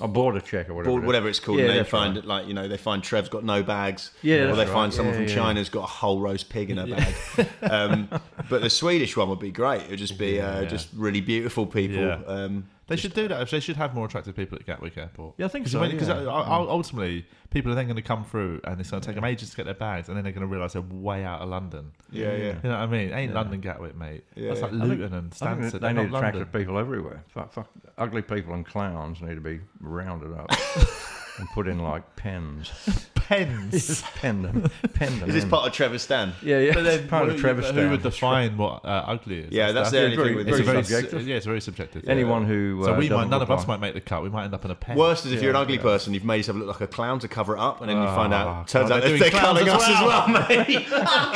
[SPEAKER 3] A border check or whatever.
[SPEAKER 1] or
[SPEAKER 3] it is.
[SPEAKER 1] whatever it's called.
[SPEAKER 3] Yeah,
[SPEAKER 1] and they
[SPEAKER 3] that's
[SPEAKER 1] find
[SPEAKER 3] right.
[SPEAKER 1] it like you know they find Trev's got no bags,
[SPEAKER 3] Yeah,
[SPEAKER 1] or
[SPEAKER 3] that's
[SPEAKER 1] they
[SPEAKER 3] right.
[SPEAKER 1] find someone
[SPEAKER 3] Yeah,
[SPEAKER 1] from
[SPEAKER 3] yeah.
[SPEAKER 1] China's got a whole roast pig in her bag. um, but the Swedish one would be great. It would just be uh,
[SPEAKER 2] Yeah.
[SPEAKER 1] just really beautiful people.
[SPEAKER 2] Yeah.
[SPEAKER 1] Um,
[SPEAKER 2] They should do that. If they should have more attractive people at Gatwick Airport.
[SPEAKER 3] Yeah, I think
[SPEAKER 2] Because
[SPEAKER 3] so,
[SPEAKER 2] when- 'cause,
[SPEAKER 3] yeah.
[SPEAKER 2] uh, u- u- ultimately, people are then going to come through, and it's going to take them ages to get their bags, and then they're going to realise they're way out of London.
[SPEAKER 1] Yeah, yeah.
[SPEAKER 2] You know what I mean? Ain't London Gatwick, mate. That's like
[SPEAKER 3] I think-
[SPEAKER 2] Luton and
[SPEAKER 3] I think
[SPEAKER 2] Stansted.
[SPEAKER 3] They
[SPEAKER 2] They're
[SPEAKER 3] need
[SPEAKER 2] not London.
[SPEAKER 3] attractive people everywhere. Fuck, fuck, ugly people and clowns need to be rounded up and put in like pens.
[SPEAKER 2] Pens.
[SPEAKER 3] Pen them. Pen them.
[SPEAKER 1] is this
[SPEAKER 3] in.
[SPEAKER 1] part of Trevor's stand?
[SPEAKER 3] Yeah, yeah.
[SPEAKER 2] But then,
[SPEAKER 3] part of
[SPEAKER 2] who-
[SPEAKER 3] Trevor's
[SPEAKER 2] who would
[SPEAKER 3] stand.
[SPEAKER 2] define what uh, ugly is?
[SPEAKER 1] Yeah,
[SPEAKER 2] and
[SPEAKER 1] that's
[SPEAKER 2] stuff?
[SPEAKER 1] the only
[SPEAKER 3] very-
[SPEAKER 1] thing with
[SPEAKER 3] very
[SPEAKER 1] these
[SPEAKER 2] It's a very
[SPEAKER 1] ones.
[SPEAKER 3] subjective.
[SPEAKER 2] Yeah, it's very subjective.
[SPEAKER 3] Anyone who. Uh,
[SPEAKER 2] So we might.
[SPEAKER 3] doesn't
[SPEAKER 2] None of us
[SPEAKER 3] reply-
[SPEAKER 2] might make the cut. We might end up in a pen.
[SPEAKER 1] Worst is if you're an ugly person, you've made yourself look like a clown to cover it up, and then you find out turns
[SPEAKER 2] God,
[SPEAKER 1] out
[SPEAKER 2] they're
[SPEAKER 1] they're,
[SPEAKER 2] doing clowns
[SPEAKER 1] clowning
[SPEAKER 2] as
[SPEAKER 1] us as well,
[SPEAKER 2] well.
[SPEAKER 1] mate. oh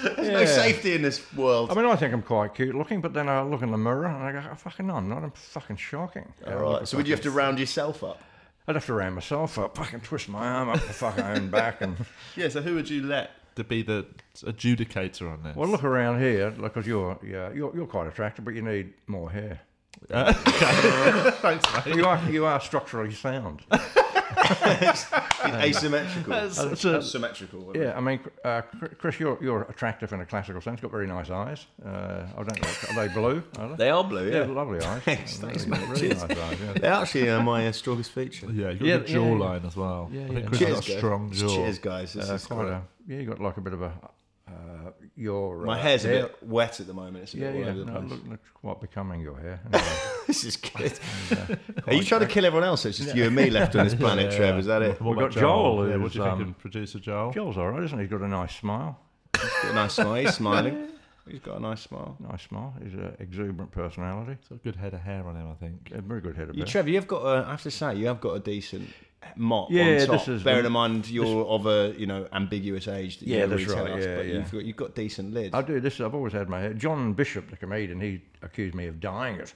[SPEAKER 1] God, there's no
[SPEAKER 3] Yeah.
[SPEAKER 1] safety in this world.
[SPEAKER 3] I mean, I think I'm quite cute looking, but then I look in the mirror and I go, oh, fucking no, I'm not. I'm fucking shocking.
[SPEAKER 1] All right, so would you have to round yourself up?
[SPEAKER 3] I'd have to round myself up, fucking twist my arm up the fucking own back and.
[SPEAKER 2] Yeah. So who would you let to be the adjudicator on this?
[SPEAKER 3] Well, look around here, because you're, yeah, you're, you're quite attractive, but you need more hair.
[SPEAKER 2] Thanks, mate.
[SPEAKER 3] You are, you are structurally sound.
[SPEAKER 1] asymmetrical.
[SPEAKER 2] That's a-
[SPEAKER 1] symmetrical. wouldn't it?
[SPEAKER 3] Yeah, I mean, uh, Chr- Chris, you're, you're attractive in a classical sense. Got very nice eyes. Uh, I don't like, are they blue? Are they?
[SPEAKER 1] They are blue.
[SPEAKER 3] Yeah,
[SPEAKER 1] Yeah,
[SPEAKER 3] lovely eyes.
[SPEAKER 1] Thanks,
[SPEAKER 3] Really-
[SPEAKER 1] thanks,
[SPEAKER 3] really,
[SPEAKER 1] mate.
[SPEAKER 3] nice eyes. Yeah.
[SPEAKER 1] they're actually uh, my uh, strongest feature.
[SPEAKER 2] Yeah, you've got
[SPEAKER 3] Yeah,
[SPEAKER 2] a good
[SPEAKER 3] yeah, yeah.
[SPEAKER 2] jawline as well. I think Chris has got a
[SPEAKER 1] guys.
[SPEAKER 2] strong jaw.
[SPEAKER 1] Cheers, guys. This
[SPEAKER 3] Uh,
[SPEAKER 1] is
[SPEAKER 3] quite
[SPEAKER 1] great.
[SPEAKER 3] a, yeah, you got like a bit of a uh, your.
[SPEAKER 1] My
[SPEAKER 3] uh,
[SPEAKER 1] hair's a
[SPEAKER 3] hair-
[SPEAKER 1] bit wet at the moment. It's a
[SPEAKER 3] Yeah,
[SPEAKER 1] bit all
[SPEAKER 3] yeah.
[SPEAKER 1] over the
[SPEAKER 3] No,
[SPEAKER 1] place.
[SPEAKER 3] look, looks quite becoming your hair. Anyway.
[SPEAKER 1] this is good. Are you trying to kill everyone else? It's just you and me left on this planet, Trev. Is that it?
[SPEAKER 2] And what
[SPEAKER 3] We've
[SPEAKER 2] about
[SPEAKER 3] got Joel,
[SPEAKER 2] yeah,
[SPEAKER 3] who's,
[SPEAKER 2] what do you think
[SPEAKER 3] um,
[SPEAKER 2] of producer Joel?
[SPEAKER 3] Joel's all right, isn't he? He's got a nice smile.
[SPEAKER 1] Got a nice smile. He's smiling. He's got a nice smile.
[SPEAKER 3] Nice smile. He's an exuberant personality.
[SPEAKER 2] It's got a good head of hair on him, I think.
[SPEAKER 3] A very good head of
[SPEAKER 1] You,
[SPEAKER 3] hair.
[SPEAKER 1] Trev, you've got. A, I have to say, you have got a decent mop.
[SPEAKER 3] Yeah,
[SPEAKER 1] on top.
[SPEAKER 3] this is-
[SPEAKER 1] Bearing in mind you're of a you know ambiguous age. That
[SPEAKER 3] Yeah,
[SPEAKER 1] you don't
[SPEAKER 3] that's
[SPEAKER 1] really tell
[SPEAKER 3] right,
[SPEAKER 1] us,
[SPEAKER 3] yeah,
[SPEAKER 1] but
[SPEAKER 3] yeah.
[SPEAKER 1] You've got you've got decent lids.
[SPEAKER 3] I do this. I've always had my hair. John Bishop, the comedian, he accused me of dyeing it.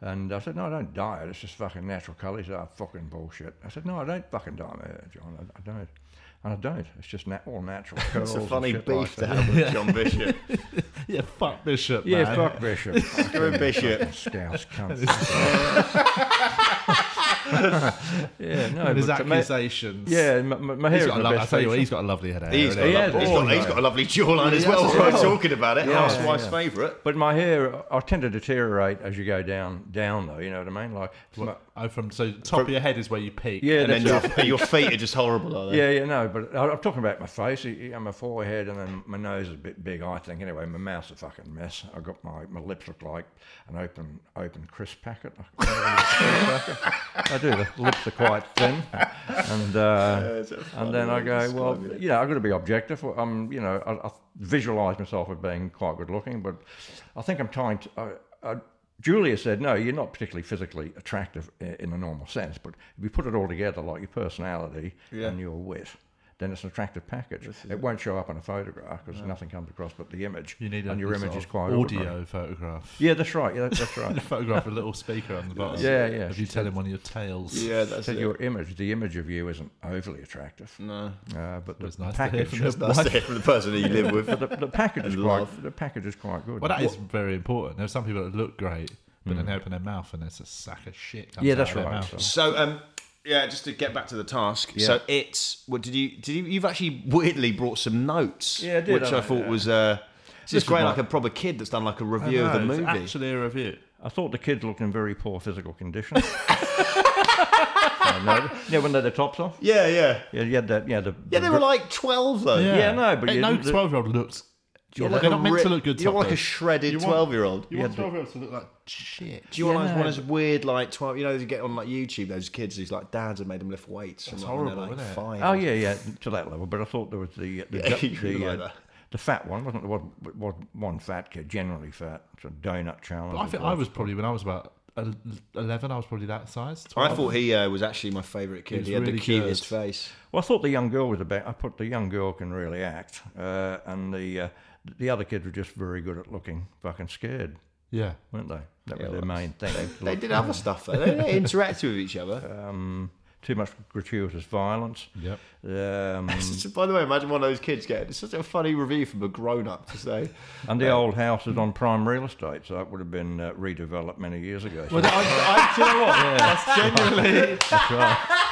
[SPEAKER 3] And I said, no, I don't dye it. It's just fucking natural colour. He said, oh, fucking bullshit. I said, no, I don't fucking dye my hair, John. I, I don't. And I don't. It's just nat- all natural.
[SPEAKER 1] It's
[SPEAKER 3] curls
[SPEAKER 1] a
[SPEAKER 3] and
[SPEAKER 1] funny
[SPEAKER 3] shit
[SPEAKER 1] beef
[SPEAKER 3] like
[SPEAKER 1] to
[SPEAKER 3] that.
[SPEAKER 1] have with John Bishop.
[SPEAKER 2] Yeah, fuck Bishop.
[SPEAKER 3] Yeah,
[SPEAKER 2] man.
[SPEAKER 3] fuck Bishop.
[SPEAKER 1] Go Bishop.
[SPEAKER 3] Scouse cunt. yeah, no.
[SPEAKER 2] And his
[SPEAKER 3] but to me-
[SPEAKER 2] accusations.
[SPEAKER 3] Yeah, my, my my hair
[SPEAKER 2] He's
[SPEAKER 3] is
[SPEAKER 2] got a
[SPEAKER 3] the
[SPEAKER 2] lo-
[SPEAKER 3] best
[SPEAKER 2] I tell you what,
[SPEAKER 3] feature.
[SPEAKER 2] he's got a lovely head. of hair,
[SPEAKER 1] He's
[SPEAKER 2] isn't
[SPEAKER 1] got,
[SPEAKER 2] he?
[SPEAKER 1] a
[SPEAKER 3] Yeah,
[SPEAKER 1] lovely, he's, got,
[SPEAKER 3] boy.
[SPEAKER 1] he's got a lovely jawline as
[SPEAKER 3] Yeah,
[SPEAKER 1] well.
[SPEAKER 3] that's
[SPEAKER 1] We're
[SPEAKER 3] right.
[SPEAKER 1] talking about it.
[SPEAKER 3] Yeah,
[SPEAKER 1] Housewife's
[SPEAKER 3] yeah.
[SPEAKER 1] favourite.
[SPEAKER 3] But my hair, I tend to deteriorate as you go down, down though. You know what I mean? Like, my-
[SPEAKER 2] Oh, from so top of your head is where you peak.
[SPEAKER 3] yeah,
[SPEAKER 1] and
[SPEAKER 3] that's
[SPEAKER 1] then
[SPEAKER 3] it.
[SPEAKER 1] your, your feet are just horrible, are they?
[SPEAKER 3] Yeah, yeah, no, but I- I'm talking about my face. y- y- My forehead and then my nose is a bit big, I think. Anyway, my mouth's a fucking mess. I got my, my lips look like an open open crisp packet. I do. The lips are quite thin, and uh,
[SPEAKER 1] it's a funny
[SPEAKER 3] and then
[SPEAKER 1] way
[SPEAKER 3] I
[SPEAKER 1] of
[SPEAKER 3] go, well,
[SPEAKER 1] describing it.
[SPEAKER 3] you know, I've got to be objective. I'm, you know, I, I visualise myself as being quite good looking, but I think I'm trying to. I, I, Julia said, no, you're not particularly physically attractive i- in a normal sense, but if you put it all together, like your personality and your wit, then it's an attractive package. It, won't show up in a photograph because nothing comes across but the image.
[SPEAKER 2] You need a
[SPEAKER 3] and your
[SPEAKER 2] sort
[SPEAKER 3] image is
[SPEAKER 2] of
[SPEAKER 3] quite
[SPEAKER 2] audio
[SPEAKER 3] ordinary.
[SPEAKER 2] photograph.
[SPEAKER 3] Yeah, that's right. Yeah, that- that's right.
[SPEAKER 2] photograph with a little speaker on the bottom.
[SPEAKER 3] Yeah, yeah.
[SPEAKER 2] If you tell him one of your tales.
[SPEAKER 1] Yeah, that's
[SPEAKER 3] said
[SPEAKER 1] it.
[SPEAKER 3] your image, the image of you isn't overly attractive. No, uh, but the
[SPEAKER 2] It's nice to hear
[SPEAKER 3] package,
[SPEAKER 2] from his
[SPEAKER 1] That's it from the person that you live with.
[SPEAKER 3] the, the package is
[SPEAKER 1] And
[SPEAKER 3] quite,
[SPEAKER 1] love.
[SPEAKER 3] the package is quite good.
[SPEAKER 2] Well, that is very important. There are some people that look great, but then they open their mouth and it's a sack of shit. Comes
[SPEAKER 3] Hmm. yeah,
[SPEAKER 2] out
[SPEAKER 3] that's
[SPEAKER 2] of their
[SPEAKER 3] right.
[SPEAKER 2] mouth.
[SPEAKER 3] So-
[SPEAKER 1] So, um, yeah, just to get back to the task. So it's what did you did you you've actually weirdly brought some notes?
[SPEAKER 3] Yeah, I did,
[SPEAKER 1] which
[SPEAKER 3] haven't
[SPEAKER 1] I
[SPEAKER 3] I?
[SPEAKER 1] thought
[SPEAKER 3] Yeah.
[SPEAKER 1] was uh, it's just
[SPEAKER 3] is
[SPEAKER 1] great,
[SPEAKER 3] my-
[SPEAKER 1] like a proper kid that's done like a review
[SPEAKER 2] No,
[SPEAKER 1] of the
[SPEAKER 2] it's
[SPEAKER 1] movie.
[SPEAKER 2] Actually, a review.
[SPEAKER 3] I thought the kids looked in very poor physical condition. I know. yeah, when they had their tops off.
[SPEAKER 1] yeah, yeah,
[SPEAKER 3] Yeah, you had that. Yeah, the,
[SPEAKER 1] yeah. They were like twelve though.
[SPEAKER 3] Yeah. no, but
[SPEAKER 2] Hey,
[SPEAKER 3] you-
[SPEAKER 2] no
[SPEAKER 3] the-
[SPEAKER 2] twelve-year-old looks. You're
[SPEAKER 1] Like
[SPEAKER 2] they're
[SPEAKER 1] a
[SPEAKER 2] not meant
[SPEAKER 1] ri-
[SPEAKER 2] to look good.
[SPEAKER 1] You're like a
[SPEAKER 2] topless.
[SPEAKER 1] shredded
[SPEAKER 2] want-
[SPEAKER 1] twelve-year-old.
[SPEAKER 2] You want twelve-year-olds to look like shit.
[SPEAKER 1] Do you want
[SPEAKER 3] Yeah,
[SPEAKER 1] like
[SPEAKER 3] no,
[SPEAKER 1] one of those weird like twelve? You know, you get on like YouTube those kids who's like dads have made them lift weights. It's
[SPEAKER 2] horrible,
[SPEAKER 1] like,
[SPEAKER 2] isn't it?
[SPEAKER 1] Five
[SPEAKER 3] Oh yeah, yeah, to that level. But I thought there was the uh, the
[SPEAKER 1] Yeah,
[SPEAKER 3] the,
[SPEAKER 1] you really
[SPEAKER 3] the,
[SPEAKER 1] like that.
[SPEAKER 3] the fat one wasn't there was, was one fat kid generally fat so donut challenge.
[SPEAKER 2] I
[SPEAKER 3] it
[SPEAKER 2] think I
[SPEAKER 3] was.
[SPEAKER 2] was probably when I was about el- eleven. I was probably that size. 12.
[SPEAKER 1] I thought he uh, was actually my favourite kid. He, had
[SPEAKER 2] was really
[SPEAKER 1] the cutest
[SPEAKER 2] good.
[SPEAKER 1] face.
[SPEAKER 3] Well, I thought the young girl was about. I put the young girl can really act, uh, and the uh, the other kids were just very good at looking fucking scared,
[SPEAKER 2] Yeah.
[SPEAKER 3] weren't they? That was their main thing.
[SPEAKER 1] They did other stuff though. They didn't interact with each other.
[SPEAKER 3] mm, too much gratuitous violence.
[SPEAKER 2] Yep.
[SPEAKER 3] Um,
[SPEAKER 1] So, By the way, imagine one of those kids getting it's such a funny review from a grown up to say.
[SPEAKER 3] and the old house is on prime real estate, so it would have been uh, redeveloped many years ago. So
[SPEAKER 2] But I, I, do you know what? That's genuinely.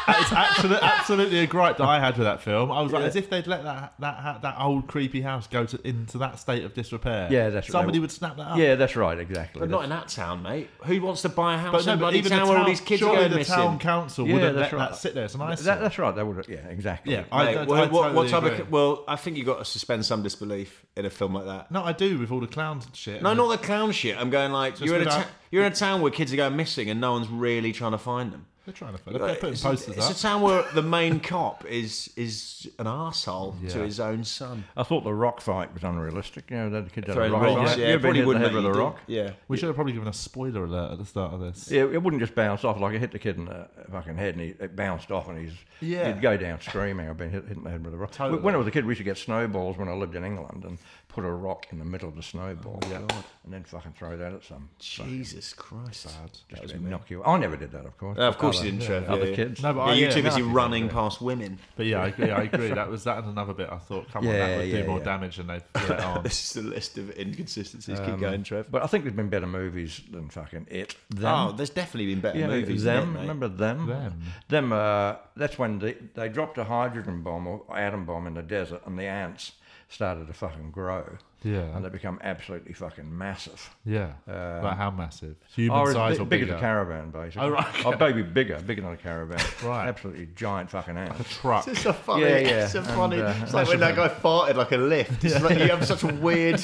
[SPEAKER 2] It's absolutely, absolutely a gripe that I had with that film. I was like, as if they'd let that that ha- that old creepy house go to into that state of disrepair.
[SPEAKER 3] Yeah, that's right.
[SPEAKER 2] somebody would snap that up.
[SPEAKER 3] yeah, that's right, exactly.
[SPEAKER 1] But not in that town, mate. Who wants to buy a house
[SPEAKER 2] But,
[SPEAKER 1] in
[SPEAKER 2] no, but
[SPEAKER 1] bloody
[SPEAKER 2] even the
[SPEAKER 1] town
[SPEAKER 2] town,
[SPEAKER 1] where all these kids are
[SPEAKER 2] surely
[SPEAKER 1] going
[SPEAKER 2] the
[SPEAKER 1] missing?
[SPEAKER 2] town council
[SPEAKER 3] yeah,
[SPEAKER 2] wouldn't
[SPEAKER 3] that's
[SPEAKER 2] let
[SPEAKER 3] right.
[SPEAKER 2] that sit there. It's nice.
[SPEAKER 3] That, that's right. They would. Have, yeah, exactly.
[SPEAKER 2] yeah, I,
[SPEAKER 1] Mate,
[SPEAKER 2] I-
[SPEAKER 1] what,
[SPEAKER 2] I
[SPEAKER 1] what- what
[SPEAKER 2] totally
[SPEAKER 1] type
[SPEAKER 2] agree.
[SPEAKER 1] of, well, I think you've got to suspend some disbelief in a film like that.
[SPEAKER 2] No, I do with all the clown shit.
[SPEAKER 1] No, not the clown shit. I'm going like you're in a
[SPEAKER 2] without-
[SPEAKER 1] ta- you're in a town where kids are going missing and no one's really trying to find them.
[SPEAKER 2] They're trying to. They're putting
[SPEAKER 1] it's
[SPEAKER 2] posters
[SPEAKER 1] a, it's
[SPEAKER 2] up.
[SPEAKER 1] a town where the main cop is is an asshole to his own son.
[SPEAKER 3] I thought the rock fight was unrealistic. You know, that kid had a
[SPEAKER 1] Throwing
[SPEAKER 3] rock
[SPEAKER 1] rocks,
[SPEAKER 3] fight.
[SPEAKER 1] yeah,
[SPEAKER 3] You've been
[SPEAKER 1] probably
[SPEAKER 3] hit in the
[SPEAKER 1] wouldn't
[SPEAKER 3] head
[SPEAKER 1] let
[SPEAKER 3] with a
[SPEAKER 1] you do-
[SPEAKER 3] rock.
[SPEAKER 1] Yeah.
[SPEAKER 2] we should have probably given a spoiler alert at the start of this.
[SPEAKER 3] It, it wouldn't just bounce off. Like I hit the kid in the fucking head, and he, it bounced off, and he's
[SPEAKER 2] Yeah.
[SPEAKER 3] he'd go down screaming. I've been hit, hit in the head with a rock. When I was a kid, we used to get snowballs when I lived in England, and put a rock in the middle of the snowball,
[SPEAKER 1] Oh,
[SPEAKER 3] and then fucking throw that at some.
[SPEAKER 1] Jesus Christ.
[SPEAKER 3] Just knock you. I never did that, of course.
[SPEAKER 1] Uh, of course
[SPEAKER 3] Other-
[SPEAKER 1] you didn't, Trev.
[SPEAKER 3] Other
[SPEAKER 1] yeah, yeah.
[SPEAKER 3] kids.
[SPEAKER 2] No, but
[SPEAKER 1] Yeah,
[SPEAKER 2] I,
[SPEAKER 1] you
[SPEAKER 2] yeah,
[SPEAKER 1] too
[SPEAKER 2] no, I
[SPEAKER 1] busy
[SPEAKER 2] think
[SPEAKER 1] running past women.
[SPEAKER 2] But yeah, I agree. I agree. That was that and another bit. I thought, come on,
[SPEAKER 3] Yeah,
[SPEAKER 2] that would
[SPEAKER 3] yeah,
[SPEAKER 2] do more
[SPEAKER 3] yeah.
[SPEAKER 2] damage than they let on.
[SPEAKER 1] This is the list of inconsistencies.
[SPEAKER 3] Um,
[SPEAKER 1] Keep going, Trev.
[SPEAKER 3] But I think there's been better movies than fucking it. Them.
[SPEAKER 1] Oh, there's definitely been better
[SPEAKER 3] yeah,
[SPEAKER 1] movies. than
[SPEAKER 3] them.
[SPEAKER 1] that, mate.
[SPEAKER 3] Remember them? Them. uh, that's when they, they dropped a hydrogen bomb or atom bomb in the desert, and the ants started to fucking grow.
[SPEAKER 2] Yeah.
[SPEAKER 3] And they become absolutely fucking massive.
[SPEAKER 2] Yeah, like how massive? Human
[SPEAKER 3] Or as
[SPEAKER 2] size
[SPEAKER 3] big-
[SPEAKER 2] or
[SPEAKER 3] big
[SPEAKER 2] bigger?
[SPEAKER 3] as a caravan, basically.
[SPEAKER 2] Oh, right.
[SPEAKER 3] Or maybe bigger, bigger than a caravan.
[SPEAKER 2] Right.
[SPEAKER 3] Absolutely giant fucking ants.
[SPEAKER 2] Truck.
[SPEAKER 1] It's a funny.
[SPEAKER 3] Yeah, yeah.
[SPEAKER 1] It's a
[SPEAKER 3] And,
[SPEAKER 1] funny.
[SPEAKER 3] uh,
[SPEAKER 1] it's like when that guy farted like a lift. It's like you have such weird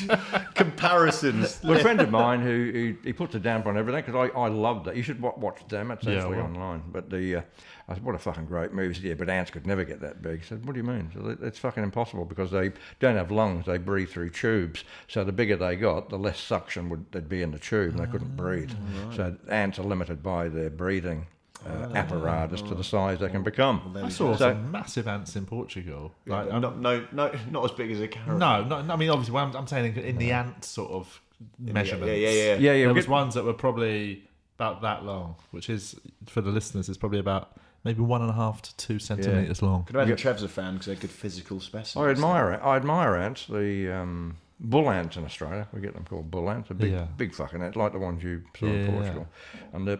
[SPEAKER 1] comparisons.
[SPEAKER 3] Well, a friend of mine who, who he puts a damper on everything because I, I love that. You should wa- watch them. It's
[SPEAKER 2] Yeah, I
[SPEAKER 3] actually
[SPEAKER 2] will.
[SPEAKER 3] online. But the uh, I said, what a fucking great movie. He said, yeah, but ants could never get that big. He said, what do you mean? So it's fucking impossible because they don't have lungs. They breathe through tubes. So the bigger they got, the less suction would there'd be in the tube, and they couldn't breathe. So ants are limited by their breathing. uh, apparatus to the size they can become.
[SPEAKER 2] I saw some massive ants in Portugal. Like, I'm-
[SPEAKER 1] No, no, no, not as big as a carrot.
[SPEAKER 2] no, no, no, I mean, obviously, I'm, I'm saying in the ant sort of measurements.
[SPEAKER 1] yeah, yeah, yeah.
[SPEAKER 3] Yeah, yeah.
[SPEAKER 2] there
[SPEAKER 3] we
[SPEAKER 2] was
[SPEAKER 3] get-
[SPEAKER 2] ones that were probably about that long, which is for the listeners is probably about maybe one and a half to two centimeters long.
[SPEAKER 1] Could imagine Trev's a fan because they're good physical specimens.
[SPEAKER 3] I admire I admire ants. The um, bull ants in Australia, we get them called bull ants. A big,
[SPEAKER 2] Yeah.
[SPEAKER 3] big fucking ants, like the ones you saw
[SPEAKER 2] Yeah,
[SPEAKER 3] in
[SPEAKER 2] yeah.
[SPEAKER 3] Portugal, and they're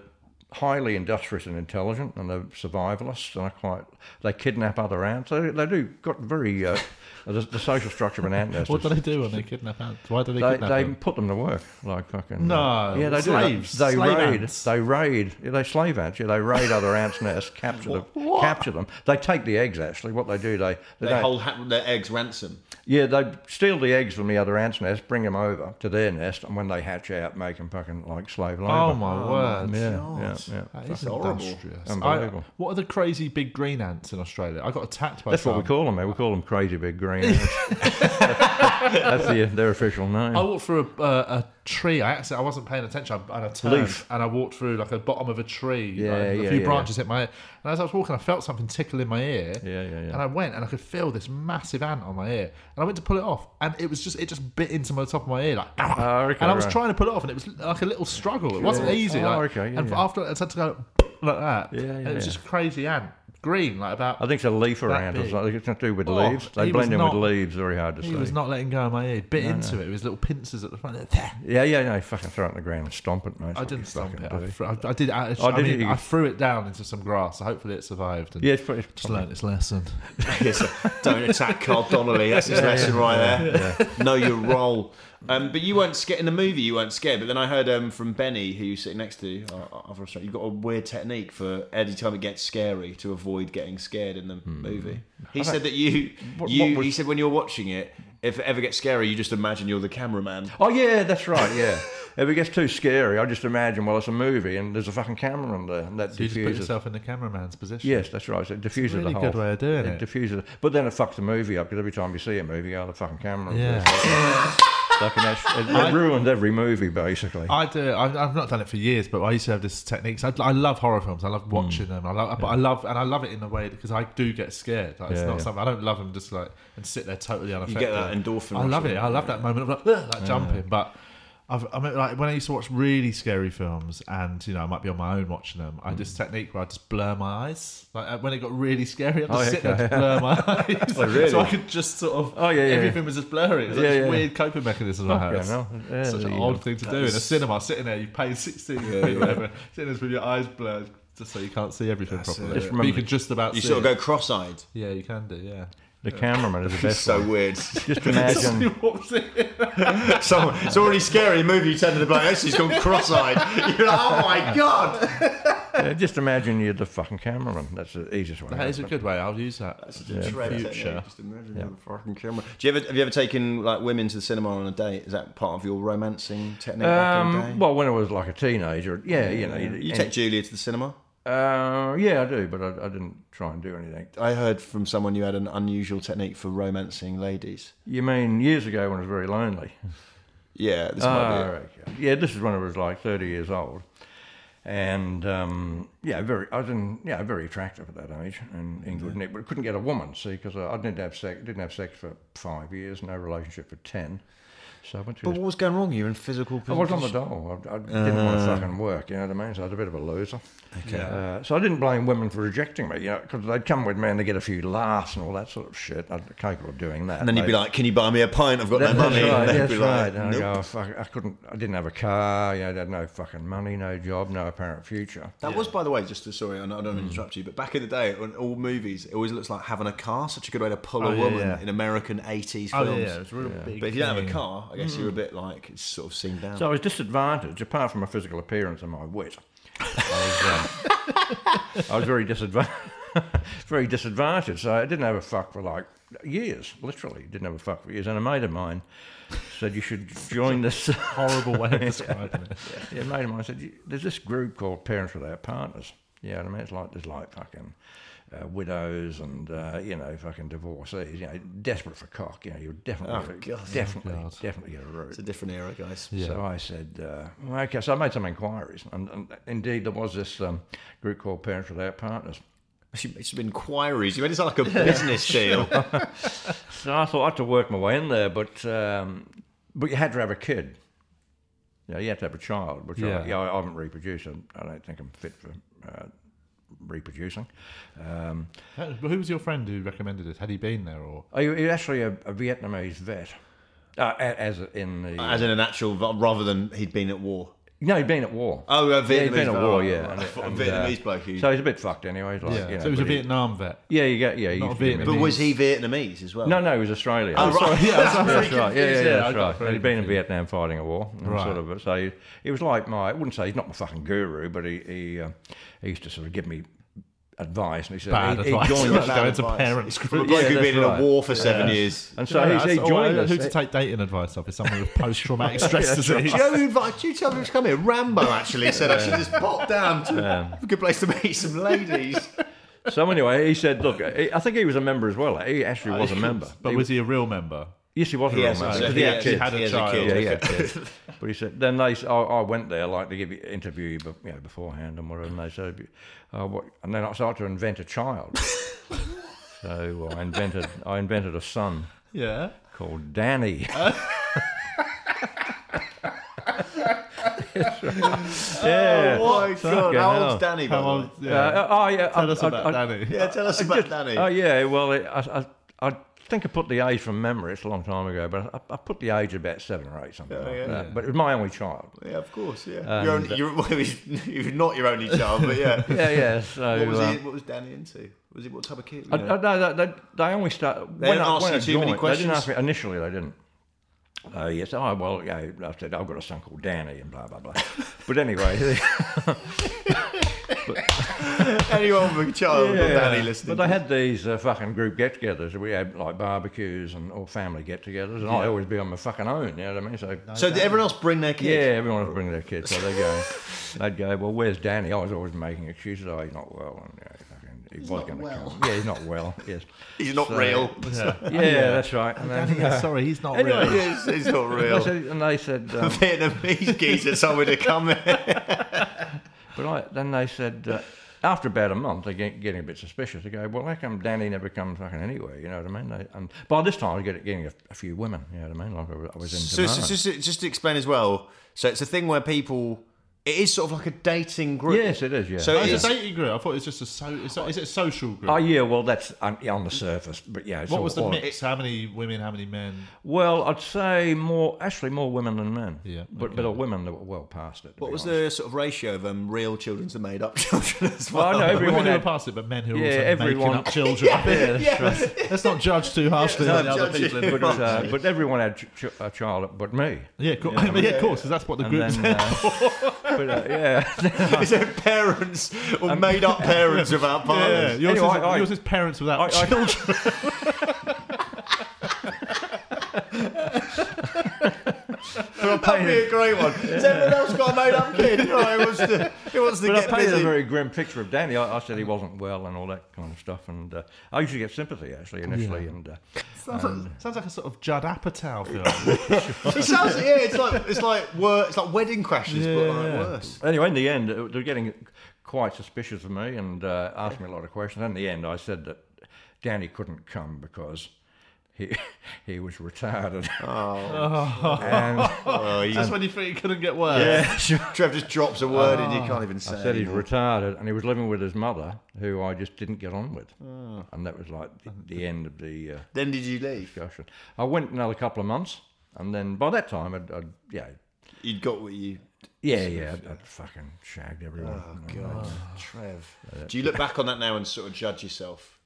[SPEAKER 3] highly industrious and intelligent, and they're survivalists, and are quite. They kidnap other ants. They, they do got very uh, the, the social structure of an ant nest.
[SPEAKER 2] What do
[SPEAKER 3] is-
[SPEAKER 2] they do when they kidnap ants? Why do they,
[SPEAKER 3] they,
[SPEAKER 2] kidnap
[SPEAKER 3] they
[SPEAKER 2] them?
[SPEAKER 3] put them to work like fucking uh,
[SPEAKER 2] No,
[SPEAKER 3] yeah they
[SPEAKER 2] slaves,
[SPEAKER 3] do they, they
[SPEAKER 2] slave
[SPEAKER 3] raid
[SPEAKER 2] ants.
[SPEAKER 3] they raid yeah, they slave ants yeah they raid other ants nests capture them capture them they take the eggs actually what they do they they,
[SPEAKER 1] They
[SPEAKER 3] don't-
[SPEAKER 1] hold ha- their eggs ransom.
[SPEAKER 3] yeah, they steal the eggs from the other ants' nest, bring them over to their nest, and when they hatch out, make them fucking like slave labor.
[SPEAKER 2] Oh my word!
[SPEAKER 3] Yeah, yeah, yeah.
[SPEAKER 2] That is
[SPEAKER 1] horrible.
[SPEAKER 2] industrious.
[SPEAKER 3] Unbelievable.
[SPEAKER 2] I- what are the crazy big green ants in Australia? I got attacked by
[SPEAKER 3] That's what
[SPEAKER 2] some.
[SPEAKER 3] we call them. eh? We call them crazy big green. ants. That's the, their official name.
[SPEAKER 2] I walked through a, uh, a tree. I actually I wasn't paying attention, I, and I turned
[SPEAKER 3] Leaf.
[SPEAKER 2] and I walked through like a bottom of a tree.
[SPEAKER 3] Yeah,
[SPEAKER 2] like, a
[SPEAKER 3] yeah,
[SPEAKER 2] few
[SPEAKER 3] yeah.
[SPEAKER 2] branches hit my ear, and as I was walking, I felt something tickle in my ear.
[SPEAKER 3] Yeah, yeah, yeah.
[SPEAKER 2] And I went, and I could feel this massive ant on my ear, and I went to pull it off, and it was just it just bit into my top of my ear like.
[SPEAKER 3] Ah, okay,
[SPEAKER 2] and I was
[SPEAKER 3] right.
[SPEAKER 2] trying to pull it off, and it was like a little struggle. It wasn't easy.
[SPEAKER 3] Oh,
[SPEAKER 2] like-
[SPEAKER 3] okay, yeah,
[SPEAKER 2] and
[SPEAKER 3] yeah.
[SPEAKER 2] after I had to go like that.
[SPEAKER 3] Yeah, yeah,
[SPEAKER 2] and it was
[SPEAKER 3] yeah.
[SPEAKER 2] just a crazy ant, green, like about.
[SPEAKER 3] I think it's a leafer
[SPEAKER 2] That
[SPEAKER 3] ant or
[SPEAKER 2] big.
[SPEAKER 3] something. It's got to do with
[SPEAKER 2] Oh,
[SPEAKER 3] leaves. They
[SPEAKER 2] he
[SPEAKER 3] blend
[SPEAKER 2] was
[SPEAKER 3] in
[SPEAKER 2] not-
[SPEAKER 3] with leaves. Very hard to
[SPEAKER 2] He
[SPEAKER 3] see.
[SPEAKER 2] was not letting go of my ear. Bit into it. It was little pincers at the front.
[SPEAKER 3] Yeah, yeah, yeah. Fucking throw it on the ground and stomp it, mate.
[SPEAKER 2] I
[SPEAKER 3] That's what you
[SPEAKER 2] didn't stomp
[SPEAKER 3] fucking
[SPEAKER 2] it.
[SPEAKER 3] do.
[SPEAKER 2] I, threw, I, I did. I,
[SPEAKER 3] Oh,
[SPEAKER 2] I,
[SPEAKER 3] did
[SPEAKER 2] mean,
[SPEAKER 3] you?
[SPEAKER 2] I threw it down into some grass. So hopefully, it survived. And
[SPEAKER 3] Yeah, it's pretty.
[SPEAKER 2] just learnt its lesson.
[SPEAKER 1] yes, don't attack Carl Donnelly. That's his lesson right there. Know your role. Um, but you weren't scared in the movie. You weren't scared. But then I heard um, from Benny, who you sit next to, uh, after a strike, you've got a weird technique for any time it gets scary to avoid getting scared in the
[SPEAKER 2] Hmm.
[SPEAKER 1] movie. He said that you,
[SPEAKER 3] What-
[SPEAKER 1] you
[SPEAKER 3] what was-
[SPEAKER 1] he said when you're watching it, if it ever gets scary, you just imagine you're the cameraman.
[SPEAKER 3] Oh yeah, that's right. Yeah. if it gets too scary, I just imagine well, it's a movie and there's a fucking cameraman there, and that
[SPEAKER 2] So you just put
[SPEAKER 3] diffuses.
[SPEAKER 2] yourself in the cameraman's position.
[SPEAKER 3] Yes, that's right. So it diffuses
[SPEAKER 2] really
[SPEAKER 3] the whole.
[SPEAKER 2] good way of doing it.
[SPEAKER 3] diffuses, but then it fucks the movie up because every time you see a movie, oh, the fucking camera.
[SPEAKER 2] Yeah.
[SPEAKER 3] Fucking that's- it, it ruins every movie basically.
[SPEAKER 2] I do. it. I've, I've not done it for years, but I used to have this technique. I, I love horror films. I
[SPEAKER 3] Hmm.
[SPEAKER 2] love watching them. I love, but I love, and I love it in a way because I do get scared. Like, it's
[SPEAKER 3] Yeah,
[SPEAKER 2] not
[SPEAKER 3] yeah.
[SPEAKER 2] something I don't love them just like and sit there totally unaffected.
[SPEAKER 1] that endorphin
[SPEAKER 2] I love
[SPEAKER 1] rush,
[SPEAKER 2] it. I love that moment of like, "Ugh," like jumping. But I've, I mean, like when I used to watch really scary films, and you know, I might be on my own watching them. I had this technique where I just blur my eyes. Like uh, when it got really scary, I just
[SPEAKER 3] Oh,
[SPEAKER 2] sit
[SPEAKER 3] okay.
[SPEAKER 2] there and blur my eyes,
[SPEAKER 3] really?
[SPEAKER 2] so I could just sort of.
[SPEAKER 3] Oh, yeah, yeah, yeah.
[SPEAKER 2] Everything was just blurry. It was like
[SPEAKER 3] Yeah,
[SPEAKER 2] this
[SPEAKER 3] yeah.
[SPEAKER 2] weird coping mechanism I had.
[SPEAKER 3] Fucking hell. Yeah,
[SPEAKER 2] Such an
[SPEAKER 3] the-
[SPEAKER 2] odd thing to do in a cinema, sitting there, you paid 16 quid, whatever, sitting there with your eyes blurred just so you can't see everything properly.
[SPEAKER 3] Just
[SPEAKER 2] But you
[SPEAKER 3] remember-
[SPEAKER 2] can just about
[SPEAKER 1] You
[SPEAKER 2] see
[SPEAKER 1] sort of
[SPEAKER 2] it.
[SPEAKER 1] go cross-eyed.
[SPEAKER 2] Yeah, you can do, yeah.
[SPEAKER 3] the cameraman is the
[SPEAKER 1] It's
[SPEAKER 3] best.
[SPEAKER 1] so
[SPEAKER 3] one.
[SPEAKER 1] weird.
[SPEAKER 3] Just imagine.
[SPEAKER 2] He walks in.
[SPEAKER 1] Someone, it's already scary. Movie you turn to the bloke, she's gone cross-eyed. You're like, oh my god.
[SPEAKER 3] yeah, just imagine you're the fucking cameraman. That's the easiest way.
[SPEAKER 2] That is a good way, I'll use that.
[SPEAKER 1] Future. Just imagine you're the fucking camera. Do you ever have you ever taken like women to the cinema on a date? Is that part of your romancing technique? back in the day?
[SPEAKER 3] Um, well, when I was like a teenager, yeah, you know,
[SPEAKER 1] you take Julia to the cinema.
[SPEAKER 3] Uh, yeah, I do, but I, I didn't try and do anything.
[SPEAKER 1] I heard from someone you had an unusual technique for romancing ladies.
[SPEAKER 3] You mean years ago when I was very lonely?
[SPEAKER 1] Yeah, this
[SPEAKER 3] Ah,
[SPEAKER 1] might be. It.
[SPEAKER 3] okay. Yeah, this is when I was like 30 years old. And um, yeah, very. I was in, yeah, very attractive at that age in England, but I couldn't get a woman. See, because I, I didn't have sex. Didn't have sex for five years. No relationship for ten. So I went to.
[SPEAKER 1] But
[SPEAKER 3] this-
[SPEAKER 1] what was going wrong? You were in physical.
[SPEAKER 3] I was on the
[SPEAKER 1] position?
[SPEAKER 3] dole. I, I didn't want to
[SPEAKER 1] Uh.
[SPEAKER 3] fucking work. You know what I mean? So I was a bit of a loser. Okay. Uh, so I didn't blame women for rejecting me. You know, because they'd come with me and they get a few laughs and all that sort of shit. I'm capable of doing that.
[SPEAKER 1] And then you'd be like, "Can you buy me a pint? I've got no
[SPEAKER 3] That-
[SPEAKER 1] money."
[SPEAKER 3] That's
[SPEAKER 1] And
[SPEAKER 3] right.
[SPEAKER 1] they'd
[SPEAKER 3] That's
[SPEAKER 1] be
[SPEAKER 3] right.
[SPEAKER 1] like,
[SPEAKER 3] And I
[SPEAKER 1] "Nope."
[SPEAKER 3] go, oh, fuck, I couldn't. I didn't have a car. You know, I had no fucking money, no job, no apparent future.
[SPEAKER 1] That was, by the way, just to, sorry, I don't want to interrupt you, but back in the day, on all movies, it always looks like having a car, such a good way to pull a
[SPEAKER 2] yeah,
[SPEAKER 1] woman
[SPEAKER 2] yeah.
[SPEAKER 1] in American 80s films.
[SPEAKER 2] Oh, yeah, yeah, it's a real big
[SPEAKER 1] But if you don't have a
[SPEAKER 2] thing.
[SPEAKER 1] car, I guess you're a bit like, it's sort of seen down.
[SPEAKER 3] Mm. So I was disadvantaged, apart from my physical appearance and my wit. I was, um, I was very disadvantaged. very disadvantaged. So I didn't have a fuck for like years, literally didn't have a fuck for years. And a mate of mine said you should join this.
[SPEAKER 2] horrible way of describing it.
[SPEAKER 3] yeah, a mate of mine said "You- there's this group called Parents Without Partners. You know what I mean? It's like there's like fucking uh, widows and uh, you know fucking divorcees. You know, desperate for cock. You know, you're definitely,
[SPEAKER 1] Oh, God.
[SPEAKER 3] definitely, definitely get a root.
[SPEAKER 1] It's a different era, guys.
[SPEAKER 3] So I said, uh, well, okay. So I made some inquiries, and, and indeed there was this um, group called Parents Without Partners.
[SPEAKER 1] It should it should be inquiries. You made it sound like a business deal.
[SPEAKER 3] So I thought I had to work my way in there, but um, but you had to have a kid. You know, you had to have a child, which
[SPEAKER 2] Yeah.
[SPEAKER 3] I, yeah, I haven't reproduced. and I don't think I'm fit for uh, reproducing. Um,
[SPEAKER 2] That- Who was your friend who recommended it? Had he been there or?
[SPEAKER 3] are you you're actually a, a Vietnamese vet? Uh, a- as in the
[SPEAKER 1] As in an actual, rather than he'd been at war.
[SPEAKER 3] no, he'd been at war.
[SPEAKER 1] Oh, a
[SPEAKER 3] Yeah, he'd been
[SPEAKER 1] Vietnamese
[SPEAKER 3] at
[SPEAKER 1] vet.
[SPEAKER 3] war,
[SPEAKER 1] Oh,
[SPEAKER 3] yeah. uh,
[SPEAKER 1] I thought a Vietnamese bloke who-
[SPEAKER 3] So he's a bit fucked anyway. Like,
[SPEAKER 2] Yeah.
[SPEAKER 3] you know,
[SPEAKER 2] so he was a
[SPEAKER 3] but he-
[SPEAKER 2] Vietnam vet.
[SPEAKER 3] Yeah, you get yeah. You
[SPEAKER 2] Not
[SPEAKER 3] used
[SPEAKER 2] a
[SPEAKER 3] to get him in
[SPEAKER 2] Vietnamese.
[SPEAKER 1] But was he Vietnamese as well?
[SPEAKER 3] No, no, he was Australia.
[SPEAKER 1] Oh, right. Yeah, that's
[SPEAKER 3] that's right. Yeah, yeah,
[SPEAKER 2] Yeah, I
[SPEAKER 3] that's
[SPEAKER 2] got
[SPEAKER 3] right.
[SPEAKER 2] very
[SPEAKER 3] He'd been in
[SPEAKER 2] confused.
[SPEAKER 3] Vietnam fighting a war, and
[SPEAKER 2] Right.
[SPEAKER 3] sort of. So he, he was like my. I wouldn't say he's not my fucking guru, but he he, uh, he used to sort of give me advice, and he said
[SPEAKER 2] Bad
[SPEAKER 3] he,
[SPEAKER 2] advice.
[SPEAKER 3] He joined
[SPEAKER 2] Let's
[SPEAKER 3] us.
[SPEAKER 2] go into parents'
[SPEAKER 1] From a
[SPEAKER 2] group.
[SPEAKER 1] bloke
[SPEAKER 3] Yeah,
[SPEAKER 1] who'd been
[SPEAKER 3] that's
[SPEAKER 1] in a
[SPEAKER 3] right.
[SPEAKER 1] war for seven years.
[SPEAKER 3] And so he, he
[SPEAKER 2] that's- oh,
[SPEAKER 3] joined
[SPEAKER 2] I-
[SPEAKER 3] us.
[SPEAKER 2] Who to take dating advice off is someone with post-traumatic stress
[SPEAKER 3] that's right.
[SPEAKER 1] Do
[SPEAKER 2] disease.
[SPEAKER 1] you know who invited you? Tell me to come here. Rambo actually said I should just pop down to a good place to meet some ladies.
[SPEAKER 3] so anyway, he said, "Look, he, I think he was a member as well. He actually was a member.
[SPEAKER 2] But was Uh, he a real member?
[SPEAKER 3] Yes, he was a real member.
[SPEAKER 2] so
[SPEAKER 3] because
[SPEAKER 2] he
[SPEAKER 3] he had
[SPEAKER 2] actually
[SPEAKER 3] kids.
[SPEAKER 2] had a child.
[SPEAKER 3] Yeah, yeah. but he said, then they, s- I, I went there like to give you interview you, be- you know, beforehand and whatever, and they said, uh, what, and then I started to invent a child. so uh, I invented, I invented a son
[SPEAKER 2] Yeah.
[SPEAKER 3] called Danny. yeah.
[SPEAKER 1] Oh my god! How
[SPEAKER 3] hell.
[SPEAKER 1] old's Danny? By
[SPEAKER 2] How
[SPEAKER 1] the way?
[SPEAKER 2] old? Yeah.
[SPEAKER 3] Uh, oh yeah,
[SPEAKER 2] Tell
[SPEAKER 3] I,
[SPEAKER 2] us
[SPEAKER 3] I-
[SPEAKER 2] about
[SPEAKER 3] I-
[SPEAKER 2] Danny.
[SPEAKER 1] Yeah, tell us about Danny.
[SPEAKER 3] Oh yeah, well, it, I, I, I think I put the age from memory. It's a long time ago, but I, I put the age about seven or eight, something like
[SPEAKER 1] yeah.
[SPEAKER 3] that. But it was my only child.
[SPEAKER 1] yeah, of course. Yeah, you're, only, you're, well, he's- you're not your only child, but yeah.
[SPEAKER 3] Yeah, yeah. So
[SPEAKER 1] What was
[SPEAKER 3] uh,
[SPEAKER 1] he? What was Danny into? Was he what type of kid?
[SPEAKER 3] I, I, no, they, they, they only start.
[SPEAKER 1] They
[SPEAKER 3] when
[SPEAKER 1] don't
[SPEAKER 3] I,
[SPEAKER 1] ask
[SPEAKER 3] when
[SPEAKER 1] you
[SPEAKER 3] I
[SPEAKER 1] too many
[SPEAKER 3] joined- They didn't ask me
[SPEAKER 1] questions?
[SPEAKER 3] initially. They didn't. Uh, yes. Oh well. Yeah. I said I've got a son called Danny and blah blah blah. but anyway.
[SPEAKER 1] Anyone with a child
[SPEAKER 3] Yeah,
[SPEAKER 1] or Oh, Danny
[SPEAKER 3] yeah.
[SPEAKER 1] listening?
[SPEAKER 3] But they had these uh, fucking group get-togethers. We had like barbecues and all family get-togethers, and I always be on my fucking own. You know what I mean? So,
[SPEAKER 1] so did everyone else bring their
[SPEAKER 3] yeah,
[SPEAKER 1] kid?
[SPEAKER 3] everyone was bringing their kids. So they go, they'd go. Well, where's Danny? I was always making excuses. Oh, he's not well. And, you know, fucking, he was going to come. Yeah, he's not well. Yes.
[SPEAKER 1] He's not real. Oh,
[SPEAKER 3] Yeah, that's right. And then, uh,
[SPEAKER 2] Danny, Oh, yeah, sorry, he's not
[SPEAKER 3] Anyway.
[SPEAKER 2] real.
[SPEAKER 1] Yes, he's not
[SPEAKER 3] I
[SPEAKER 1] real.
[SPEAKER 3] said, um, and they said, um,
[SPEAKER 1] Vietnamese geezer somewhere to come in.
[SPEAKER 3] But I, then they said, uh, after about a month, they're get, getting a bit suspicious. They go, well, how come Danny never comes fucking anywhere? You know what I mean? They, and by this time, I was getting, getting a, a few women. You know what I mean? Like I was, I was in
[SPEAKER 1] So,
[SPEAKER 3] demand.
[SPEAKER 1] so, so, so just to explain as well, so it's a thing where people, it is sort of like a dating group.
[SPEAKER 3] Yes, it is, yeah.
[SPEAKER 1] So
[SPEAKER 2] Oh,
[SPEAKER 1] it is.
[SPEAKER 2] it's a dating group. I thought it was just a so. Is, that- is it a social group?
[SPEAKER 3] Oh yeah, well that's on, yeah, on the surface, but yeah. It's
[SPEAKER 2] what
[SPEAKER 3] all-
[SPEAKER 2] was the
[SPEAKER 3] all-
[SPEAKER 2] mix? How many women? How many men?
[SPEAKER 3] Well, I'd say more, actually more women than men.
[SPEAKER 2] Yeah,
[SPEAKER 3] but but there were women that were well past it. to
[SPEAKER 1] What
[SPEAKER 3] be
[SPEAKER 1] was
[SPEAKER 3] honest.
[SPEAKER 1] the sort of ratio of um, real children to made up children as
[SPEAKER 3] Well,
[SPEAKER 1] well?
[SPEAKER 3] I know everyone
[SPEAKER 2] women who
[SPEAKER 3] had-
[SPEAKER 2] are past it, but men who are
[SPEAKER 3] Yeah,
[SPEAKER 2] also
[SPEAKER 3] everyone-
[SPEAKER 2] making up children.
[SPEAKER 3] Yeah, that's right.
[SPEAKER 2] Let's not judge too harshly
[SPEAKER 1] Yeah,
[SPEAKER 2] on the
[SPEAKER 1] don't
[SPEAKER 2] other
[SPEAKER 1] judge
[SPEAKER 2] people.
[SPEAKER 1] it.
[SPEAKER 2] In
[SPEAKER 3] But, uh, but everyone had ch- ch- a child, but me.
[SPEAKER 2] yeah, cool. Yeah, yeah, of course, because that's what the
[SPEAKER 3] And
[SPEAKER 2] group's
[SPEAKER 3] then, uh, but uh, yeah,
[SPEAKER 1] Is it parents or made up parents without
[SPEAKER 2] Yeah,
[SPEAKER 1] partners?
[SPEAKER 2] yours,
[SPEAKER 3] Anyway,
[SPEAKER 2] is,
[SPEAKER 3] I- I-
[SPEAKER 2] yours is parents without
[SPEAKER 3] I- I-
[SPEAKER 2] children.
[SPEAKER 1] That'd be a great one. Has everyone else got a made up kid? You know, it wants to, it wants to
[SPEAKER 3] But I
[SPEAKER 1] get
[SPEAKER 3] painted a
[SPEAKER 1] busy.
[SPEAKER 3] very grim picture of Danny. I, I said he wasn't well and all that kind of stuff, and uh, I used to get sympathy actually initially. And uh,
[SPEAKER 2] Sounds, like, sounds like a sort of Judd Apatow film.
[SPEAKER 1] It sounds yeah, it's like it's like wor- it's like wedding crashes, but like
[SPEAKER 2] Yeah.
[SPEAKER 1] worse.
[SPEAKER 3] anyway, in the end, uh, they were getting quite suspicious of me and uh, asked me a lot of questions. In the end, I said that Danny couldn't come because. He, he was retarded. and
[SPEAKER 1] Oh, you
[SPEAKER 2] That's when you think it couldn't get worse.
[SPEAKER 1] Trev just drops a word and you can't even say.
[SPEAKER 3] I said he's
[SPEAKER 1] anymore.
[SPEAKER 3] retarded, and he was living with his mother, who I just didn't get on with.
[SPEAKER 1] Oh.
[SPEAKER 3] And that was like the, the end of the uh,
[SPEAKER 1] then did you leave?
[SPEAKER 3] discussion. I went another couple of months, and then by that time, I'd, I'd yeah,
[SPEAKER 1] You got what you.
[SPEAKER 3] Yeah, yeah, I, I fucking shagged everyone.
[SPEAKER 1] Ah,
[SPEAKER 3] Oh,
[SPEAKER 1] Trev. Do you look back on that now and sort of judge yourself?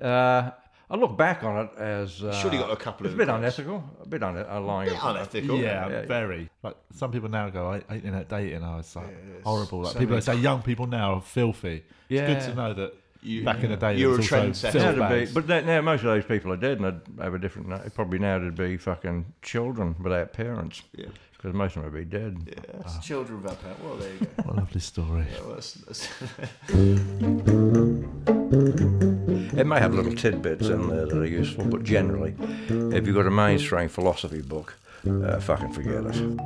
[SPEAKER 3] God. Uh, I look back on it as uh,
[SPEAKER 1] surely got a couple
[SPEAKER 3] It's
[SPEAKER 1] of
[SPEAKER 3] a bit
[SPEAKER 1] regrets.
[SPEAKER 3] unethical, a bit un- uh, lying.
[SPEAKER 1] Bit unethical.
[SPEAKER 2] Yeah,
[SPEAKER 3] yeah.
[SPEAKER 2] very. Like some people now go, I internet dating. I was like horrible. Like people that say young people now are filthy.
[SPEAKER 3] Yeah.
[SPEAKER 2] It's good to know that
[SPEAKER 1] You,
[SPEAKER 2] Back in the day,
[SPEAKER 1] you
[SPEAKER 2] it
[SPEAKER 1] were a
[SPEAKER 2] was also
[SPEAKER 1] trendsetter.
[SPEAKER 2] filth
[SPEAKER 3] Now it'd
[SPEAKER 2] bags.
[SPEAKER 3] be, but that, now most of those people are dead, and I'd have a different. na- Probably now it'd be fucking children without parents, because most of them would be dead.
[SPEAKER 1] Yes, children without parents. Well, there you go.
[SPEAKER 2] What a lovely story.
[SPEAKER 1] Well, that's- that's-
[SPEAKER 3] It may have little tidbits in there that are useful, but generally, if you've got a mainstream philosophy book, uh, fucking forget it.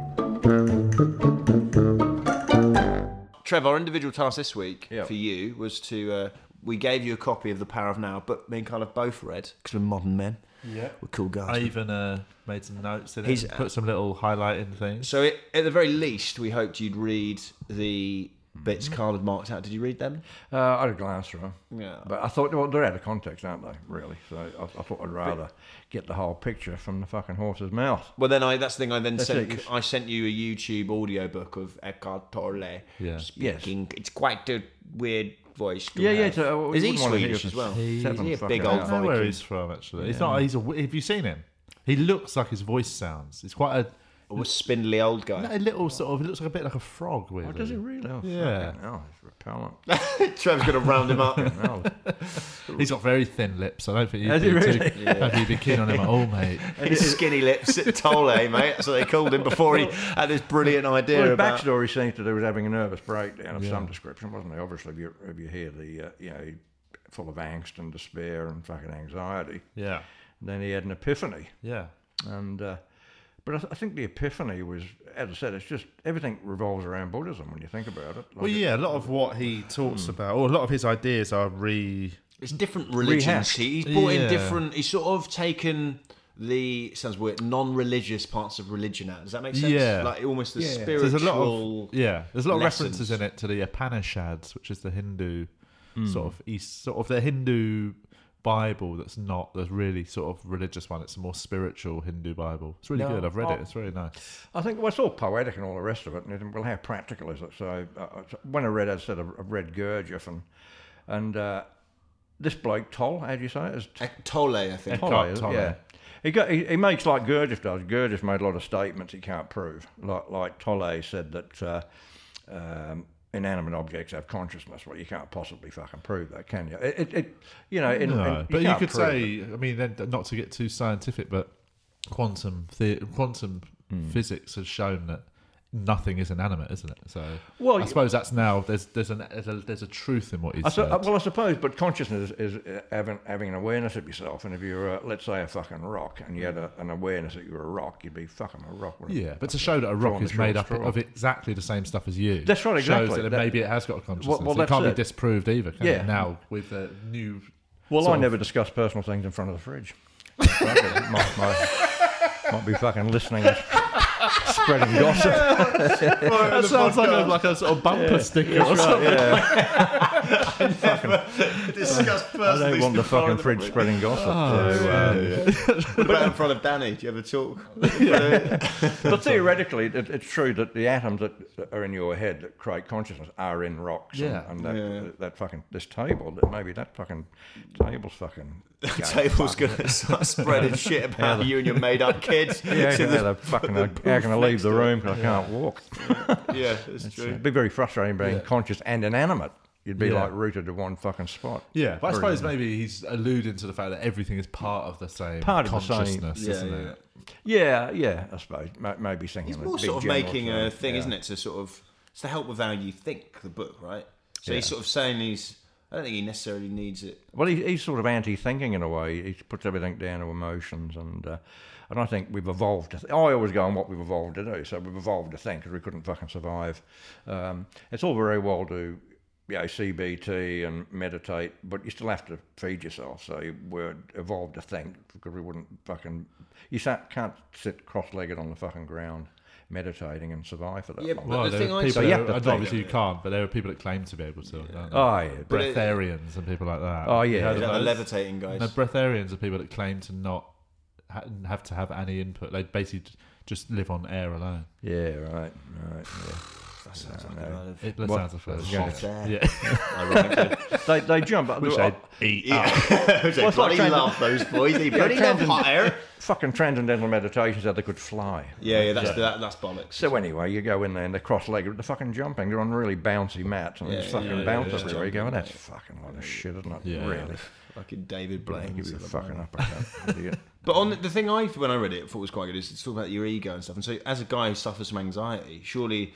[SPEAKER 1] Trev, our individual task this week
[SPEAKER 3] Yeah.
[SPEAKER 1] for you was to. Uh, we gave you a copy of The Power of Now, but me and Carl have both read because we're modern men.
[SPEAKER 2] Yeah.
[SPEAKER 1] We're cool
[SPEAKER 2] I
[SPEAKER 1] guys.
[SPEAKER 2] even uh, made some notes in it.
[SPEAKER 1] He's-
[SPEAKER 2] and put some little highlighting things.
[SPEAKER 1] So, it, at the very least, we hoped you'd read the bits Carl had marked out. Did you read them?
[SPEAKER 3] Uh, I had a glance through them.
[SPEAKER 1] Yeah.
[SPEAKER 3] But I thought, well, they're out of context, aren't they, really? So I, I thought I'd rather get the whole picture from the fucking horse's mouth.
[SPEAKER 1] Well, then I, that's the thing. I then
[SPEAKER 3] That's
[SPEAKER 1] sent.
[SPEAKER 3] it.
[SPEAKER 1] I sent you a YouTube audiobook of Eckhart Tolle
[SPEAKER 2] Yeah.
[SPEAKER 1] speaking. It's quite a weird voice. to
[SPEAKER 3] Yeah, yeah,
[SPEAKER 1] have.
[SPEAKER 3] it's, uh, we
[SPEAKER 1] Is he
[SPEAKER 3] wouldn't want to hear
[SPEAKER 1] Swedish
[SPEAKER 3] from
[SPEAKER 1] as well?
[SPEAKER 3] He-
[SPEAKER 1] Is he a
[SPEAKER 3] Seven
[SPEAKER 1] big
[SPEAKER 3] fucking
[SPEAKER 1] old
[SPEAKER 2] I don't know where
[SPEAKER 1] Viking?
[SPEAKER 2] he's from actually. He's not. He's a. Have you seen him? He looks like his voice sounds. He's quite a,
[SPEAKER 1] Or a spindly old
[SPEAKER 2] a
[SPEAKER 1] guy.
[SPEAKER 2] little sort of. He looks like a bit like a frog. Weirdly.
[SPEAKER 3] What does it really? Oh,
[SPEAKER 2] Yeah.
[SPEAKER 3] fucking hell, it's repellent.
[SPEAKER 1] Trev's gonna round him up.
[SPEAKER 3] No.
[SPEAKER 2] He's got very thin lips. I don't think you'd
[SPEAKER 3] Has
[SPEAKER 2] be,
[SPEAKER 3] he
[SPEAKER 2] too,
[SPEAKER 3] really?
[SPEAKER 2] have you been keen on him at all, mate.
[SPEAKER 1] His skinny lips at Tolle, mate. That's what they called him before he had this brilliant idea
[SPEAKER 3] Well, his
[SPEAKER 1] about.
[SPEAKER 3] backstory seems to do with having a nervous breakdown of some description, wasn't it? Obviously, if you, if you hear the, uh, you know, he- full of angst and despair and fucking anxiety.
[SPEAKER 2] Yeah,
[SPEAKER 3] Then he had an epiphany.
[SPEAKER 2] yeah.
[SPEAKER 3] and uh, but I, th- I think the epiphany was, as I said, it's just everything revolves around Buddhism when you think about it.
[SPEAKER 2] Well,
[SPEAKER 3] Like,
[SPEAKER 2] yeah. A lot of what he
[SPEAKER 3] Hmm.
[SPEAKER 2] talks about, or a lot of his ideas, are re.
[SPEAKER 1] It's different religions.
[SPEAKER 3] Rehashed.
[SPEAKER 1] He- He's brought in
[SPEAKER 2] Yeah.
[SPEAKER 1] different. He's sort of taken the sounds weird non-religious parts of religion out. Does that make sense?
[SPEAKER 2] Yeah.
[SPEAKER 1] like almost the spiritual.
[SPEAKER 2] There's a lot of yeah. There's a lot of
[SPEAKER 1] lessons.
[SPEAKER 2] references in it to the Upanishads, which is the Hindu
[SPEAKER 3] Hmm.
[SPEAKER 2] sort of east, sort of the Hindu Bible. That's not the really sort of religious one. It's a more spiritual Hindu Bible. It's really
[SPEAKER 3] No, Oh.
[SPEAKER 2] good. I've read
[SPEAKER 3] I-
[SPEAKER 2] it. It's really nice.
[SPEAKER 3] I think well, it's all poetic and all the rest of it. And you think, well, how practical is it? So uh, uh, so when I read, I said I've I've read Gurdjieff and and uh, this bloke Toll, how do you say it? It's
[SPEAKER 1] Ec- Tolle, I think.
[SPEAKER 3] Tolle, is it?
[SPEAKER 2] Tolle.
[SPEAKER 3] yeah. He, got, he, he makes like Gurdjieff does. Gurdjieff made a lot of statements he can't prove. Like, like Tolle said that uh, um, inanimate objects have consciousness. Well, you can't possibly fucking prove that, can you? It, it, it you know, in, in-
[SPEAKER 2] No, but you
[SPEAKER 3] can't
[SPEAKER 2] could
[SPEAKER 3] prove
[SPEAKER 2] say.
[SPEAKER 3] it.
[SPEAKER 2] I mean, then not to get too scientific, but quantum the- quantum physics has shown that nothing is inanimate, isn't it? So
[SPEAKER 3] Well,
[SPEAKER 2] I
[SPEAKER 3] you-
[SPEAKER 2] suppose that's now there's there's an there's a, there's a truth in what he's
[SPEAKER 3] I su- uh,
[SPEAKER 2] said.
[SPEAKER 3] well, I suppose, but consciousness is, is uh, having, having an awareness of yourself. And if you're, uh, let's say, a fucking rock, and you had a, an awareness that you were a rock, you'd be fucking a rock. wouldn't you?
[SPEAKER 2] yeah, but to show that a rock
[SPEAKER 3] Drawing
[SPEAKER 2] is
[SPEAKER 3] the
[SPEAKER 2] made
[SPEAKER 3] short
[SPEAKER 2] up
[SPEAKER 3] straw.
[SPEAKER 2] of exactly the same stuff as you.
[SPEAKER 3] That's right,
[SPEAKER 2] Shows
[SPEAKER 3] exactly.
[SPEAKER 2] that, it-
[SPEAKER 3] That-
[SPEAKER 2] maybe it has got a consciousness.
[SPEAKER 3] well,
[SPEAKER 2] so it
[SPEAKER 3] that's
[SPEAKER 2] can't
[SPEAKER 3] it.
[SPEAKER 2] be disproved either. Can
[SPEAKER 3] Yeah.
[SPEAKER 2] It? Now with the new.
[SPEAKER 3] Well,
[SPEAKER 2] sort
[SPEAKER 3] I
[SPEAKER 2] of-
[SPEAKER 3] never discuss personal things in front of the fridge. might, might- might be fucking listening and spreading gossip.
[SPEAKER 2] That sounds like a, like a sort of bumper sticker or something.
[SPEAKER 1] Discussed
[SPEAKER 3] I don't want the fucking fridge spreading gossip. so, uh,
[SPEAKER 1] What about in front of Danny? Do you ever talk?
[SPEAKER 3] But theoretically, it, it's true that the atoms that are in your head that create consciousness are in rocks. and-
[SPEAKER 2] Yeah.
[SPEAKER 3] And, that, that fucking, this table, that maybe that fucking table's fucking.
[SPEAKER 1] The table's gonna start spreading shit about you and your made-up kids.
[SPEAKER 3] Yeah,
[SPEAKER 1] to
[SPEAKER 3] how
[SPEAKER 1] the-
[SPEAKER 3] can I fucking, how can I leave the room 'cause I can't walk?
[SPEAKER 1] yeah, it's true.
[SPEAKER 3] It'd be very frustrating being conscious and inanimate. You'd be
[SPEAKER 2] Yeah.
[SPEAKER 3] like rooted to one fucking spot.
[SPEAKER 2] Yeah, but I
[SPEAKER 3] Very
[SPEAKER 2] suppose maybe he's alluding to the fact that everything is part of the same
[SPEAKER 3] Part of the same-
[SPEAKER 2] consciousness, isn't
[SPEAKER 1] yeah.
[SPEAKER 2] it?
[SPEAKER 3] Yeah, yeah, I suppose. Ma- Maybe thinking
[SPEAKER 1] It's more
[SPEAKER 3] big
[SPEAKER 1] sort of
[SPEAKER 3] general
[SPEAKER 1] making a thing,
[SPEAKER 3] yeah.
[SPEAKER 1] isn't it? To sort of it's the help of how you think the book, right? So he's sort of saying he's. I don't think he necessarily needs it.
[SPEAKER 3] Well, he, he's sort of anti-thinking in a way. He puts everything down to emotions, and uh, and I think we've evolved. To th- I always go on what we've evolved to do. So we've evolved to think because we couldn't fucking survive. Um, it's all very well to you know CBT and meditate, but you still have to feed yourself. So you we're evolved to think because we wouldn't fucking you sat, can't sit cross-legged on the fucking ground meditating and survive for that
[SPEAKER 1] Yeah,
[SPEAKER 3] long.
[SPEAKER 1] but
[SPEAKER 2] Well,
[SPEAKER 1] the
[SPEAKER 2] Oh, there
[SPEAKER 1] thing
[SPEAKER 2] are
[SPEAKER 1] I
[SPEAKER 2] people.
[SPEAKER 3] So you
[SPEAKER 2] That
[SPEAKER 3] have to
[SPEAKER 2] are, and
[SPEAKER 3] think,
[SPEAKER 2] obviously, you can't. But there are people that claim to be able to. Don't they?
[SPEAKER 3] Oh, yeah, but
[SPEAKER 2] breatharians and people like that.
[SPEAKER 3] Oh,
[SPEAKER 2] You
[SPEAKER 3] yeah.
[SPEAKER 2] heard of
[SPEAKER 3] Is
[SPEAKER 1] Is that the
[SPEAKER 2] those?
[SPEAKER 1] levitating guys?
[SPEAKER 2] No, breatharians are people that claim to not ha- have to have any input. They basically j- just live on air alone.
[SPEAKER 3] yeah, right, right. Yeah.
[SPEAKER 1] That sounds like a lot of
[SPEAKER 2] It, that
[SPEAKER 3] What?
[SPEAKER 2] sounds a first.
[SPEAKER 1] hot air.
[SPEAKER 2] Yeah.
[SPEAKER 1] Ironically.
[SPEAKER 3] They, they jump up.
[SPEAKER 2] Which
[SPEAKER 3] I-
[SPEAKER 2] they eat up.
[SPEAKER 1] Yeah. they
[SPEAKER 3] What's like
[SPEAKER 1] bloody
[SPEAKER 3] trying to-
[SPEAKER 1] love those boys. They bloody love hot air.
[SPEAKER 3] fucking transcendental meditations that they could fly.
[SPEAKER 1] Yeah, yeah, that's That, that's bollocks.
[SPEAKER 3] So anyway, you go in there and they're cross-legged, they're fucking jumping. They're on really bouncy mats and they
[SPEAKER 1] Yeah,
[SPEAKER 3] just fucking
[SPEAKER 1] yeah,
[SPEAKER 3] bounce
[SPEAKER 1] yeah, yeah.
[SPEAKER 3] everywhere. You go, "Oh, that's fucking a lot of shit, isn't it?
[SPEAKER 2] Yeah.
[SPEAKER 3] Really,
[SPEAKER 1] fucking David Blaine.
[SPEAKER 3] give you a
[SPEAKER 1] sort of
[SPEAKER 3] fucking
[SPEAKER 1] man.
[SPEAKER 3] uppercut. idiot.
[SPEAKER 1] But on the, the thing I when I read it, I thought was quite good is it's all about your ego and stuff. And so, as a guy who suffers from anxiety, surely,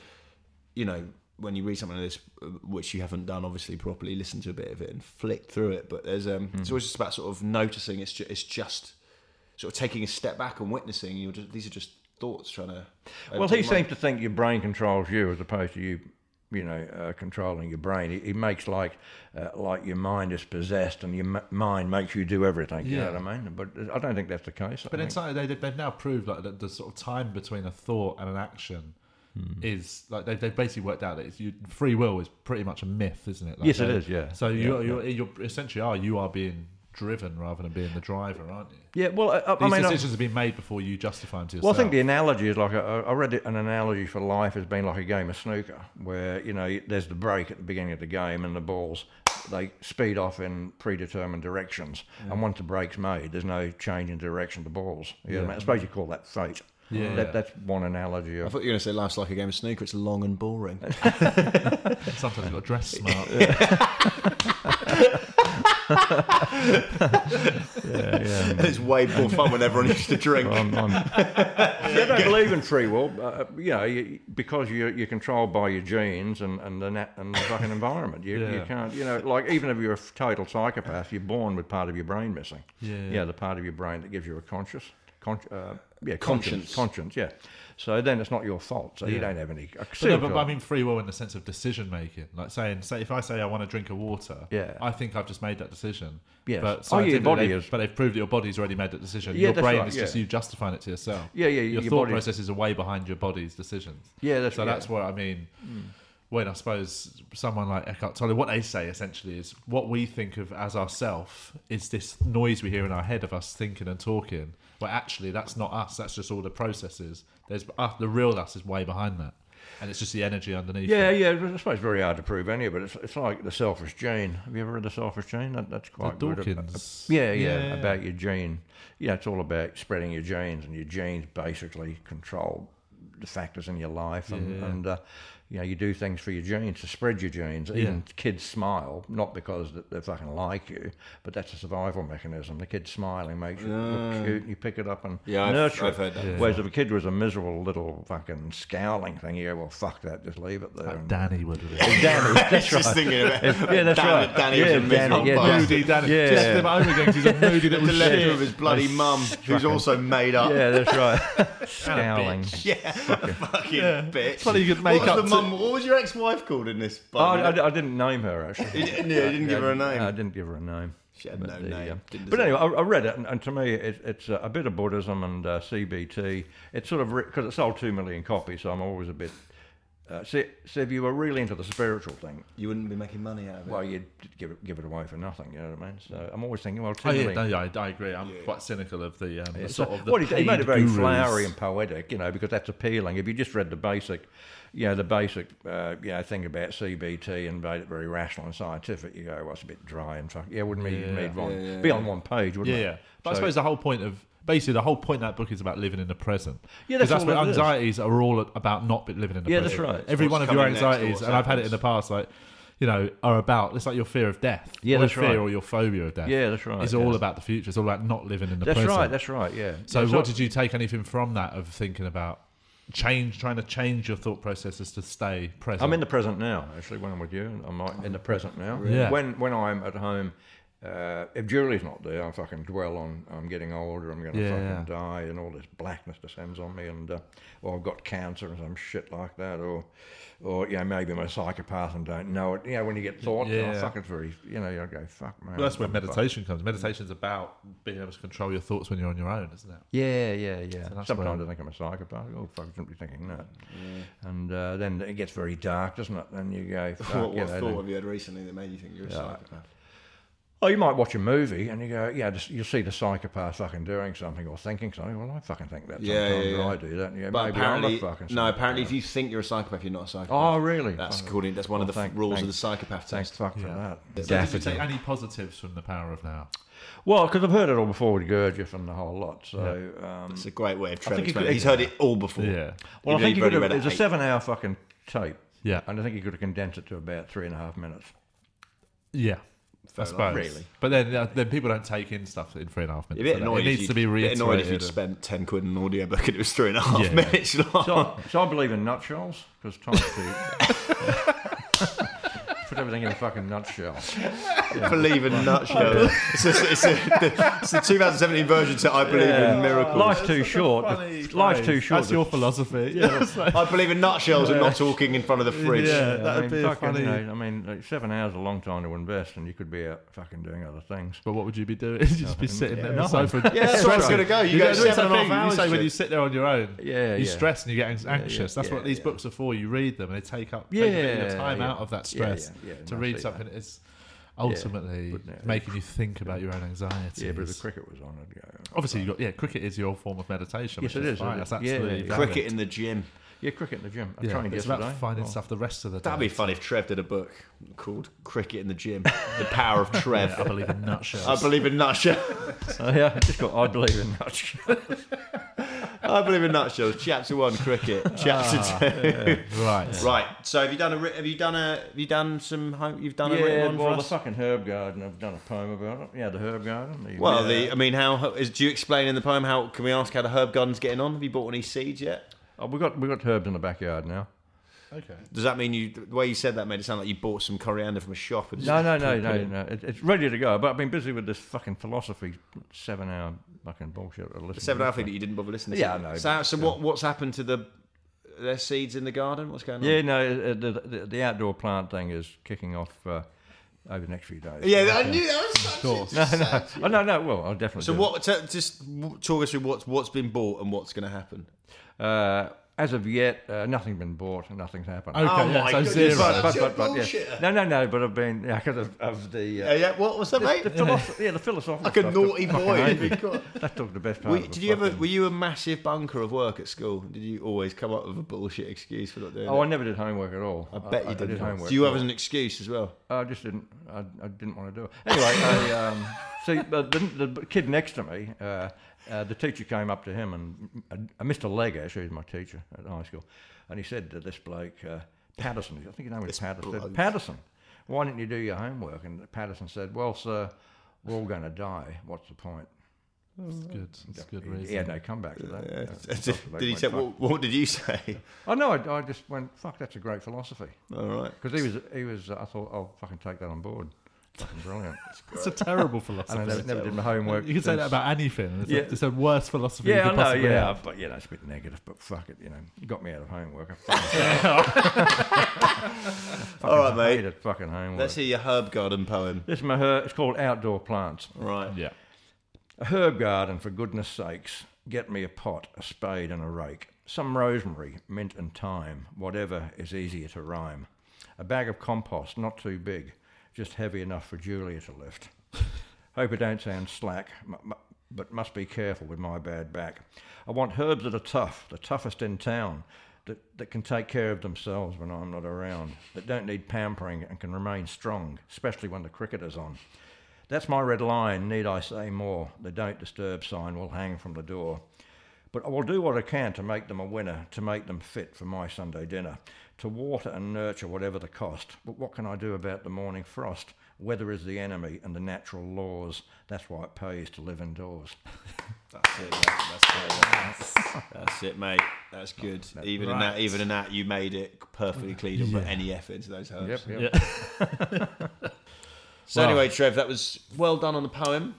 [SPEAKER 1] you know, when you read something like this, uh, which you haven't done obviously properly, listen to a bit of it and flick through it. But there's um,
[SPEAKER 3] Hmm.
[SPEAKER 1] it's always just about sort of noticing. It's just, it's just sort of taking a step back and witnessing. You're just, these are just thoughts trying to.
[SPEAKER 3] well,
[SPEAKER 1] overtake
[SPEAKER 3] he
[SPEAKER 1] your
[SPEAKER 3] seems
[SPEAKER 1] mind.
[SPEAKER 3] to think your brain controls you as opposed to you, you know, uh, controlling your brain. He, he makes like uh, like your mind is possessed and your m- mind makes you do everything. You know
[SPEAKER 2] Yeah.
[SPEAKER 3] what I mean? But I don't think that's the case. I
[SPEAKER 2] But
[SPEAKER 3] think-
[SPEAKER 2] it's like they, they've now proved like that the sort of time between a thought and an action
[SPEAKER 3] Hmm.
[SPEAKER 2] is like they've, they've basically worked out that it's, you, free will is pretty much a myth, isn't it? Like,
[SPEAKER 3] Yes, it
[SPEAKER 2] they-
[SPEAKER 3] is, yeah.
[SPEAKER 2] So you are you're, you're essentially are you are being driven rather than being the driver, aren't you?
[SPEAKER 3] yeah. Well, I, I
[SPEAKER 2] These
[SPEAKER 3] mean, I-
[SPEAKER 2] decisions have been made before you justify them to yourself.
[SPEAKER 3] Well, I think the analogy is like a, I read it, an analogy for life has been like a game of snooker, where you know there's the break at the beginning of the game, and the balls they speed off in predetermined directions, and once the break's made, there's no change in direction of the balls. You know what I, mean? I suppose you call that fate.
[SPEAKER 2] Yeah.
[SPEAKER 3] that, that's one analogy.
[SPEAKER 1] I
[SPEAKER 3] Of,
[SPEAKER 1] thought you were going to say life's like a game of snooker. It's long and boring.
[SPEAKER 2] sometimes you've got to dress smart.
[SPEAKER 1] it's way more fun when everyone used to drink.
[SPEAKER 3] I don't believe in free will, uh, you know, you, because you're, you're controlled by your genes and, and the nat- and the fucking environment. You, you
[SPEAKER 2] Yeah.
[SPEAKER 3] can't, you know, like even if you're a total psychopath, you're born with part of your brain missing.
[SPEAKER 2] Yeah.
[SPEAKER 3] yeah, the part of your brain that gives you a conscious, con- uh, yeah,
[SPEAKER 1] Conscience.
[SPEAKER 3] conscience, conscience, yeah. So then it's not your fault. So you
[SPEAKER 2] Yeah.
[SPEAKER 3] don't have any. uh,
[SPEAKER 2] But, no, but, but I mean free will in the sense of decision making. Like saying, say if I say I want to drink a water,
[SPEAKER 3] Yeah.
[SPEAKER 2] I think I've just made that decision.
[SPEAKER 3] Yes. Oh, yeah, your
[SPEAKER 2] But scientifically,
[SPEAKER 3] body
[SPEAKER 2] they've-
[SPEAKER 3] is-
[SPEAKER 2] But they've proved that your body's already made that decision.
[SPEAKER 3] Yeah,
[SPEAKER 2] your
[SPEAKER 3] that's
[SPEAKER 2] brain
[SPEAKER 3] right,
[SPEAKER 2] is just
[SPEAKER 3] yeah.
[SPEAKER 2] you justifying it to yourself.
[SPEAKER 3] Yeah, yeah,
[SPEAKER 2] Your
[SPEAKER 3] your
[SPEAKER 2] thought
[SPEAKER 3] body-
[SPEAKER 2] processes are way behind your body's decisions.
[SPEAKER 3] Yeah, that's
[SPEAKER 2] so
[SPEAKER 3] right, Hmm.
[SPEAKER 2] that's
[SPEAKER 3] yeah.
[SPEAKER 2] what I mean. When I suppose someone like Eckhart Tolle, what they say essentially is what we think of as ourself is this noise we hear in our head of us thinking and talking. But actually, that's not us. That's just all the processes. There's uh, the real us is way behind that, and it's just the energy underneath. it.
[SPEAKER 3] yeah, yeah. I suppose it's very hard to prove any of it. It's, it's like the selfish gene. Have you ever read the selfish gene? That, that's quite good.
[SPEAKER 2] Dawkins.
[SPEAKER 3] Yeah, yeah,
[SPEAKER 2] Yeah.
[SPEAKER 3] about your gene. Yeah, it's all about spreading your genes, and your genes basically control the factors in your life, and, and uh, you know you do things for your genes to spread your genes. Even kids smile not because th- they fucking like you, but that's a survival mechanism. The kid smiling makes you look cute, and you pick it up and
[SPEAKER 1] Ah. Yeah, I've-
[SPEAKER 3] nurture
[SPEAKER 1] I've
[SPEAKER 3] it.
[SPEAKER 1] heard that Yeah.
[SPEAKER 3] Whereas if a kid was a miserable little fucking scowling thing, you go, well, fuck that, just leave it there.
[SPEAKER 1] Oh,
[SPEAKER 3] and-
[SPEAKER 2] Danny would have
[SPEAKER 3] Danny, that's
[SPEAKER 1] Just
[SPEAKER 3] right.
[SPEAKER 1] thinking about
[SPEAKER 3] Yeah, that's
[SPEAKER 1] Danny,
[SPEAKER 3] right.
[SPEAKER 1] Danny
[SPEAKER 3] yeah,
[SPEAKER 1] was a miserable
[SPEAKER 3] Danny, yeah,
[SPEAKER 1] bastard.
[SPEAKER 3] Danny.
[SPEAKER 2] moody Danny.
[SPEAKER 3] Yeah.
[SPEAKER 2] Just them over again 'cause he's a moody little
[SPEAKER 1] the letter
[SPEAKER 2] shit.
[SPEAKER 1] of his bloody mum, who's also made up.
[SPEAKER 3] Yeah, that's right. Scowling.
[SPEAKER 1] Yeah, fucking bitch. It's
[SPEAKER 2] funny you could make
[SPEAKER 1] what was
[SPEAKER 2] up
[SPEAKER 1] the
[SPEAKER 2] to-
[SPEAKER 1] mum, What was your ex-wife called in this?
[SPEAKER 3] Oh, I, I- I didn't name her actually.
[SPEAKER 1] You didn't- you didn't give her a name?
[SPEAKER 3] I didn't give her a name.
[SPEAKER 1] She had no
[SPEAKER 3] the,
[SPEAKER 1] name.
[SPEAKER 3] um,
[SPEAKER 1] Didn't
[SPEAKER 3] but
[SPEAKER 1] deserve
[SPEAKER 3] anyway, I, I read it, and, and to me, it, it's uh, a bit of Buddhism and uh, CBT. It's sort of because it sold two million copies, so I'm always a bit. Uh, see, see, if you were really into the spiritual thing,
[SPEAKER 1] you wouldn't be making money out of it.
[SPEAKER 3] well, you'd give it, give it away for nothing. You know what I mean? So I'm always thinking, well, two
[SPEAKER 2] Oh yeah,
[SPEAKER 3] million-
[SPEAKER 2] no, yeah, I, I agree. I'm quite cynical of the, um, the
[SPEAKER 3] So
[SPEAKER 2] sort of the
[SPEAKER 3] what he, he made
[SPEAKER 2] paid
[SPEAKER 3] it very
[SPEAKER 2] gurus.
[SPEAKER 3] flowery and poetic, you know, because that's appealing. If you just read the basic, you know, the basic, uh, you know, thing about CBT and made it very rational and scientific, you go, well, it's a bit dry and fuck. Yeah, wouldn't yeah, need one be on one page,
[SPEAKER 2] Yeah,
[SPEAKER 3] wouldn't
[SPEAKER 2] yeah.
[SPEAKER 3] it?
[SPEAKER 2] But I
[SPEAKER 3] So-
[SPEAKER 2] suppose the whole point of basically the whole point of that book is about living in the present.
[SPEAKER 3] Yeah, that's
[SPEAKER 2] 'Cause
[SPEAKER 3] all
[SPEAKER 2] what
[SPEAKER 3] it is.
[SPEAKER 2] anxieties are all about not be- living in the
[SPEAKER 3] Yeah, that's
[SPEAKER 2] present.
[SPEAKER 3] right.
[SPEAKER 2] Every
[SPEAKER 1] What's
[SPEAKER 2] one of your
[SPEAKER 1] coming next or
[SPEAKER 2] anxieties,
[SPEAKER 1] what's
[SPEAKER 2] and I've had it in the
[SPEAKER 1] happens.
[SPEAKER 2] past, like you know, are about it's like your fear of death.
[SPEAKER 3] Yeah,
[SPEAKER 2] or your
[SPEAKER 3] that's
[SPEAKER 2] fear
[SPEAKER 3] right.
[SPEAKER 2] or your phobia of death.
[SPEAKER 3] Yeah, that's right,
[SPEAKER 2] It's all
[SPEAKER 3] yes.
[SPEAKER 2] about the future. It's all about not living in the
[SPEAKER 3] That's
[SPEAKER 2] present.
[SPEAKER 3] right. That's right. Yeah.
[SPEAKER 2] So,
[SPEAKER 3] Yeah,
[SPEAKER 2] what did you take anything from that of thinking about change, trying to change your thought processes to stay present?
[SPEAKER 3] I'm in the present now. Actually, when I'm with you, I'm like, in the present now.
[SPEAKER 2] Yeah.
[SPEAKER 3] When when I'm at home, uh, if Julie's not there, I fucking dwell on I'm getting older, I'm gonna
[SPEAKER 2] Yeah,
[SPEAKER 3] fucking
[SPEAKER 2] yeah.
[SPEAKER 3] die, and all this blackness descends on me, and uh, or I've got cancer and some shit like that, or or yeah, maybe I'm a psychopath and don't know it. You know, when you get thoughts, yeah.
[SPEAKER 2] Yeah.
[SPEAKER 3] fuck it's very, you know, you go fuck man.
[SPEAKER 2] Well, that's where
[SPEAKER 3] I'm fucked."
[SPEAKER 2] meditation comes. Meditation's about being able to control your thoughts when you're on your own, isn't it?
[SPEAKER 3] Yeah, yeah, yeah.
[SPEAKER 2] that's
[SPEAKER 3] Sometimes
[SPEAKER 2] where-
[SPEAKER 3] I think I'm a psychopath. Oh, fuck, I shouldn't be thinking that. And uh, then it gets very dark, doesn't it? Then you go,
[SPEAKER 1] what
[SPEAKER 3] fuck, you
[SPEAKER 1] what
[SPEAKER 3] know,
[SPEAKER 1] thought
[SPEAKER 3] then-
[SPEAKER 1] have you had recently that made you think you're a psychopath?
[SPEAKER 3] Oh, you might watch a movie and you go, yeah, just, you'll see the psychopath fucking doing something or thinking something. Well, I fucking think that.
[SPEAKER 1] Yeah,
[SPEAKER 3] sometimes,
[SPEAKER 1] yeah,
[SPEAKER 3] or
[SPEAKER 1] yeah.
[SPEAKER 3] I do that. Yeah,
[SPEAKER 1] But
[SPEAKER 3] maybe
[SPEAKER 1] apparently,
[SPEAKER 3] I'm a fucking.
[SPEAKER 1] no. Apparently,
[SPEAKER 3] psychopath.
[SPEAKER 1] if you think you're a psychopath, you're not a psychopath.
[SPEAKER 3] Oh, really?
[SPEAKER 1] That's
[SPEAKER 3] Oh,
[SPEAKER 1] according. That's one of the
[SPEAKER 3] well, thank-
[SPEAKER 1] rules of
[SPEAKER 3] thank-
[SPEAKER 1] the psychopath
[SPEAKER 3] Thanks,
[SPEAKER 1] test.
[SPEAKER 3] fuck for
[SPEAKER 2] Yeah.
[SPEAKER 3] that.
[SPEAKER 2] So did you take
[SPEAKER 1] Daffodil.
[SPEAKER 2] any positives from the power of now?
[SPEAKER 3] Well, because I've heard it all before with Gurdjieff and the whole lot. So, um,
[SPEAKER 1] It's a great way of
[SPEAKER 3] I
[SPEAKER 1] trying to
[SPEAKER 3] think you
[SPEAKER 1] explain.
[SPEAKER 3] could-
[SPEAKER 1] it. He's heard it all before.
[SPEAKER 2] Yeah.
[SPEAKER 3] well, I
[SPEAKER 1] Even
[SPEAKER 3] think
[SPEAKER 1] though
[SPEAKER 3] you could
[SPEAKER 1] you've
[SPEAKER 3] have,
[SPEAKER 1] already
[SPEAKER 3] it's a
[SPEAKER 1] read it eight.
[SPEAKER 3] seven-hour fucking tape.
[SPEAKER 2] Yeah.
[SPEAKER 3] and I think you could have condensed it to about three and a half minutes.
[SPEAKER 2] Yeah. I
[SPEAKER 1] enough.
[SPEAKER 2] suppose.
[SPEAKER 1] Really.
[SPEAKER 2] But then uh, then people don't take in stuff in three and a half minutes.
[SPEAKER 1] It'd be a bit
[SPEAKER 2] so
[SPEAKER 1] annoyed
[SPEAKER 2] it
[SPEAKER 1] if
[SPEAKER 2] needs
[SPEAKER 1] you-
[SPEAKER 2] to be
[SPEAKER 1] a bit annoyed if
[SPEAKER 2] reiterated.
[SPEAKER 1] you'd spent ten quid on an audio book and it was three and a half
[SPEAKER 2] Yeah.
[SPEAKER 1] minutes long.
[SPEAKER 3] So, so I believe in nutshells because Tom's cheap. Put everything in a fucking nutshell.
[SPEAKER 1] believe in nutshell. it's, a, it's, a, it's the 2017 version to I believe in miracles.
[SPEAKER 3] Life's too short. Life's too short.
[SPEAKER 2] That's your philosophy. Yeah. It's like-
[SPEAKER 1] I believe in nutshells and not talking in front of the fridge.
[SPEAKER 2] yeah,
[SPEAKER 3] I
[SPEAKER 2] that would
[SPEAKER 3] mean,
[SPEAKER 2] be a
[SPEAKER 3] fucking,
[SPEAKER 2] funny.
[SPEAKER 3] you know, I mean, like, seven hours is a long time to invest, and you could be out fucking doing other things.
[SPEAKER 2] But what would you be doing? You'd just be sitting there on the sofa.
[SPEAKER 1] Yeah, that's where I was gonna go. You go
[SPEAKER 2] don't- it's
[SPEAKER 1] seven and a
[SPEAKER 2] that thing
[SPEAKER 1] half
[SPEAKER 2] You say
[SPEAKER 1] hours,
[SPEAKER 2] when you
[SPEAKER 1] Jim.
[SPEAKER 2] sit there on your own,
[SPEAKER 3] Yeah,
[SPEAKER 2] you
[SPEAKER 3] yeah.
[SPEAKER 2] stress and you get anx- anxious. That's
[SPEAKER 3] yeah,
[SPEAKER 2] what these
[SPEAKER 3] yeah.
[SPEAKER 2] books are for. You read them and they take up take a bit of your
[SPEAKER 3] Yeah,
[SPEAKER 2] time
[SPEAKER 3] yeah.
[SPEAKER 2] out of that
[SPEAKER 3] Yeah, yeah,
[SPEAKER 2] stress
[SPEAKER 3] yeah,
[SPEAKER 2] to
[SPEAKER 3] no, I see
[SPEAKER 2] read
[SPEAKER 3] that.
[SPEAKER 2] something. It's ultimately
[SPEAKER 3] But no.
[SPEAKER 2] making you think about your own anxiety.
[SPEAKER 3] Yeah, but if the cricket was on, I'd go.
[SPEAKER 2] Obviously, you got yeah. Cricket is your form of meditation.
[SPEAKER 3] Yes,
[SPEAKER 2] which
[SPEAKER 3] it
[SPEAKER 2] is
[SPEAKER 3] is,
[SPEAKER 2] Fine.
[SPEAKER 3] it
[SPEAKER 2] That's
[SPEAKER 3] is. Yeah,
[SPEAKER 2] absolutely
[SPEAKER 3] yeah, yeah.
[SPEAKER 2] valid.
[SPEAKER 1] Cricket in the gym.
[SPEAKER 3] Yeah, cricket in the gym. I'm
[SPEAKER 2] Yeah,
[SPEAKER 3] trying to
[SPEAKER 2] it's
[SPEAKER 3] get
[SPEAKER 2] about
[SPEAKER 3] today.
[SPEAKER 2] finding
[SPEAKER 3] Oh.
[SPEAKER 2] stuff the rest of the day.
[SPEAKER 1] That'd be funny if Trev did a book called Cricket in the Gym: The Power of Trev.
[SPEAKER 2] I believe in
[SPEAKER 1] I
[SPEAKER 2] nutshells.
[SPEAKER 1] believe in nutshells.
[SPEAKER 3] Oh, yeah, I just got. I believe in nutshells.
[SPEAKER 1] I believe in nutshells. Chapter one, cricket. Chapter two.
[SPEAKER 2] right.
[SPEAKER 1] Right. So have you done a? writ- Have you done a? Have you done some? home- You've done a written
[SPEAKER 3] yeah,
[SPEAKER 1] one
[SPEAKER 3] well,
[SPEAKER 1] for
[SPEAKER 3] the
[SPEAKER 1] us.
[SPEAKER 3] fucking herb garden. I've done a poem about it. Yeah, the herb garden. The,
[SPEAKER 1] Well,
[SPEAKER 3] yeah.
[SPEAKER 1] the I mean, how how- is? Do you explain in the poem how? Can we ask how the herb garden's getting on? Have you bought any seeds yet?
[SPEAKER 3] Oh, we got we got herbs in the backyard now.
[SPEAKER 2] Okay.
[SPEAKER 1] Does that mean you? The way you said that made it sound like you bought some coriander from a shop. And
[SPEAKER 3] No, no, no, no, no. It, it's ready to go. But I've been busy with this fucking philosophy, seven hour fucking bullshit. I listen
[SPEAKER 1] Seven
[SPEAKER 3] to.
[SPEAKER 1] hour thing that you didn't bother listening.
[SPEAKER 3] Yeah, I
[SPEAKER 1] to.
[SPEAKER 3] know,
[SPEAKER 1] So,
[SPEAKER 3] but
[SPEAKER 1] so what? What's happened to the their seeds in the garden? What's going on?
[SPEAKER 3] Yeah, no, uh, the, the, the outdoor plant thing is kicking off uh, over the next few days.
[SPEAKER 1] Yeah, I knew that was such a-
[SPEAKER 3] No, no, oh, no, no. Well, I'll definitely.
[SPEAKER 1] So
[SPEAKER 3] do
[SPEAKER 1] what? T- just talk us through what's what's been bought and what's going to happen.
[SPEAKER 3] it. Uh, as of yet, uh, nothing's been bought and nothing's happened.
[SPEAKER 2] Okay.
[SPEAKER 1] Oh
[SPEAKER 2] yeah,
[SPEAKER 1] my
[SPEAKER 2] so
[SPEAKER 1] goodness.
[SPEAKER 2] zero.
[SPEAKER 1] But-
[SPEAKER 3] but,
[SPEAKER 1] Such a
[SPEAKER 3] but, but, yeah.
[SPEAKER 1] bullshitter.
[SPEAKER 3] No, no, no. But I've been yeah, 'cause of, of the. Uh,
[SPEAKER 1] Yeah, yeah. What was that, mate?
[SPEAKER 3] The philosophy, yeah, the philosophical
[SPEAKER 1] like a
[SPEAKER 3] stuff
[SPEAKER 1] naughty
[SPEAKER 3] took- fucking
[SPEAKER 1] boy.
[SPEAKER 3] ages.
[SPEAKER 1] God.
[SPEAKER 3] that took the best part.
[SPEAKER 1] Were,
[SPEAKER 3] of a
[SPEAKER 1] did you ever?
[SPEAKER 3] fucking-
[SPEAKER 1] Were you a massive bunker of work at school? Did you always come up with a bullshit excuse for not doing
[SPEAKER 3] Oh, I
[SPEAKER 1] it?
[SPEAKER 3] never did homework at all.
[SPEAKER 1] I bet you
[SPEAKER 3] I
[SPEAKER 1] did,
[SPEAKER 3] did homework.
[SPEAKER 1] Do you have an excuse as well?
[SPEAKER 3] I just didn't. I, I didn't want to do it. Anyway, I, um, see, uh, the, the kid next to me, uh, uh, the teacher came up to him and uh, Mr. Legg, actually, was my teacher at high school, and he said to this bloke, uh, Patterson, I think his name was Patterson. said, Patterson, why didn't you do your homework? And Patterson said, Well, sir, we're all going to die. What's the point?
[SPEAKER 2] It's good. It's good
[SPEAKER 3] He-
[SPEAKER 2] reason.
[SPEAKER 3] He had no comeback to that. Uh,
[SPEAKER 1] did
[SPEAKER 3] Dr. Legg
[SPEAKER 1] he
[SPEAKER 3] went,
[SPEAKER 1] say?
[SPEAKER 3] "Fuck."
[SPEAKER 1] What, what did you say?
[SPEAKER 3] Oh no, I, I just went. Fuck, that's a great philosophy.
[SPEAKER 1] All right.
[SPEAKER 3] Because he was, he was. uh, I thought, I'll fucking take that on board. Fucking brilliant.
[SPEAKER 2] It's a terrible
[SPEAKER 3] and I
[SPEAKER 2] philosophy.
[SPEAKER 3] never, never did my homework.
[SPEAKER 2] You can say
[SPEAKER 3] since.
[SPEAKER 2] that about anything. It's,
[SPEAKER 3] Yeah.
[SPEAKER 2] a, it's the worst philosophy. you
[SPEAKER 3] Yeah, I
[SPEAKER 2] could
[SPEAKER 3] know.
[SPEAKER 2] possibly
[SPEAKER 3] Yeah,
[SPEAKER 2] have.
[SPEAKER 3] but you know, it's a bit negative. But fuck it, you know, you got me out of homework. I fucking, fucking
[SPEAKER 1] All right, mate.
[SPEAKER 3] hated fucking homework.
[SPEAKER 1] Let's hear your herb garden poem.
[SPEAKER 3] this is my herb. It's called outdoor plants.
[SPEAKER 1] Right.
[SPEAKER 2] Yeah.
[SPEAKER 3] A herb garden, for goodness sakes. Get me a pot, a spade, and a rake. Some rosemary, mint, and thyme. Whatever is easier to rhyme. A bag of compost, not too big, just heavy enough for Julia to lift. Hope it don't sound slack, m- m- but must be careful with my bad back. I want herbs that are tough, the toughest in town, that, that can take care of themselves when I'm not around, that don't need pampering and can remain strong, especially when the cricket is on. That's my red line, need I say more? The don't disturb sign will hang from the door. But I will do what I can to make them a winner, to make them fit for my Sunday dinner, to water and nurture whatever the cost. But what can I do about the morning frost? Weather is the enemy and the natural laws. That's why it pays to live indoors.
[SPEAKER 1] That's it, mate. That's, it. That's it, mate. That's good. Even in that, even in that, you made it perfectly clean. Didn't put any effort into those herbs.
[SPEAKER 2] Yeah.
[SPEAKER 1] So anyway, Trev, that was well done on the poem.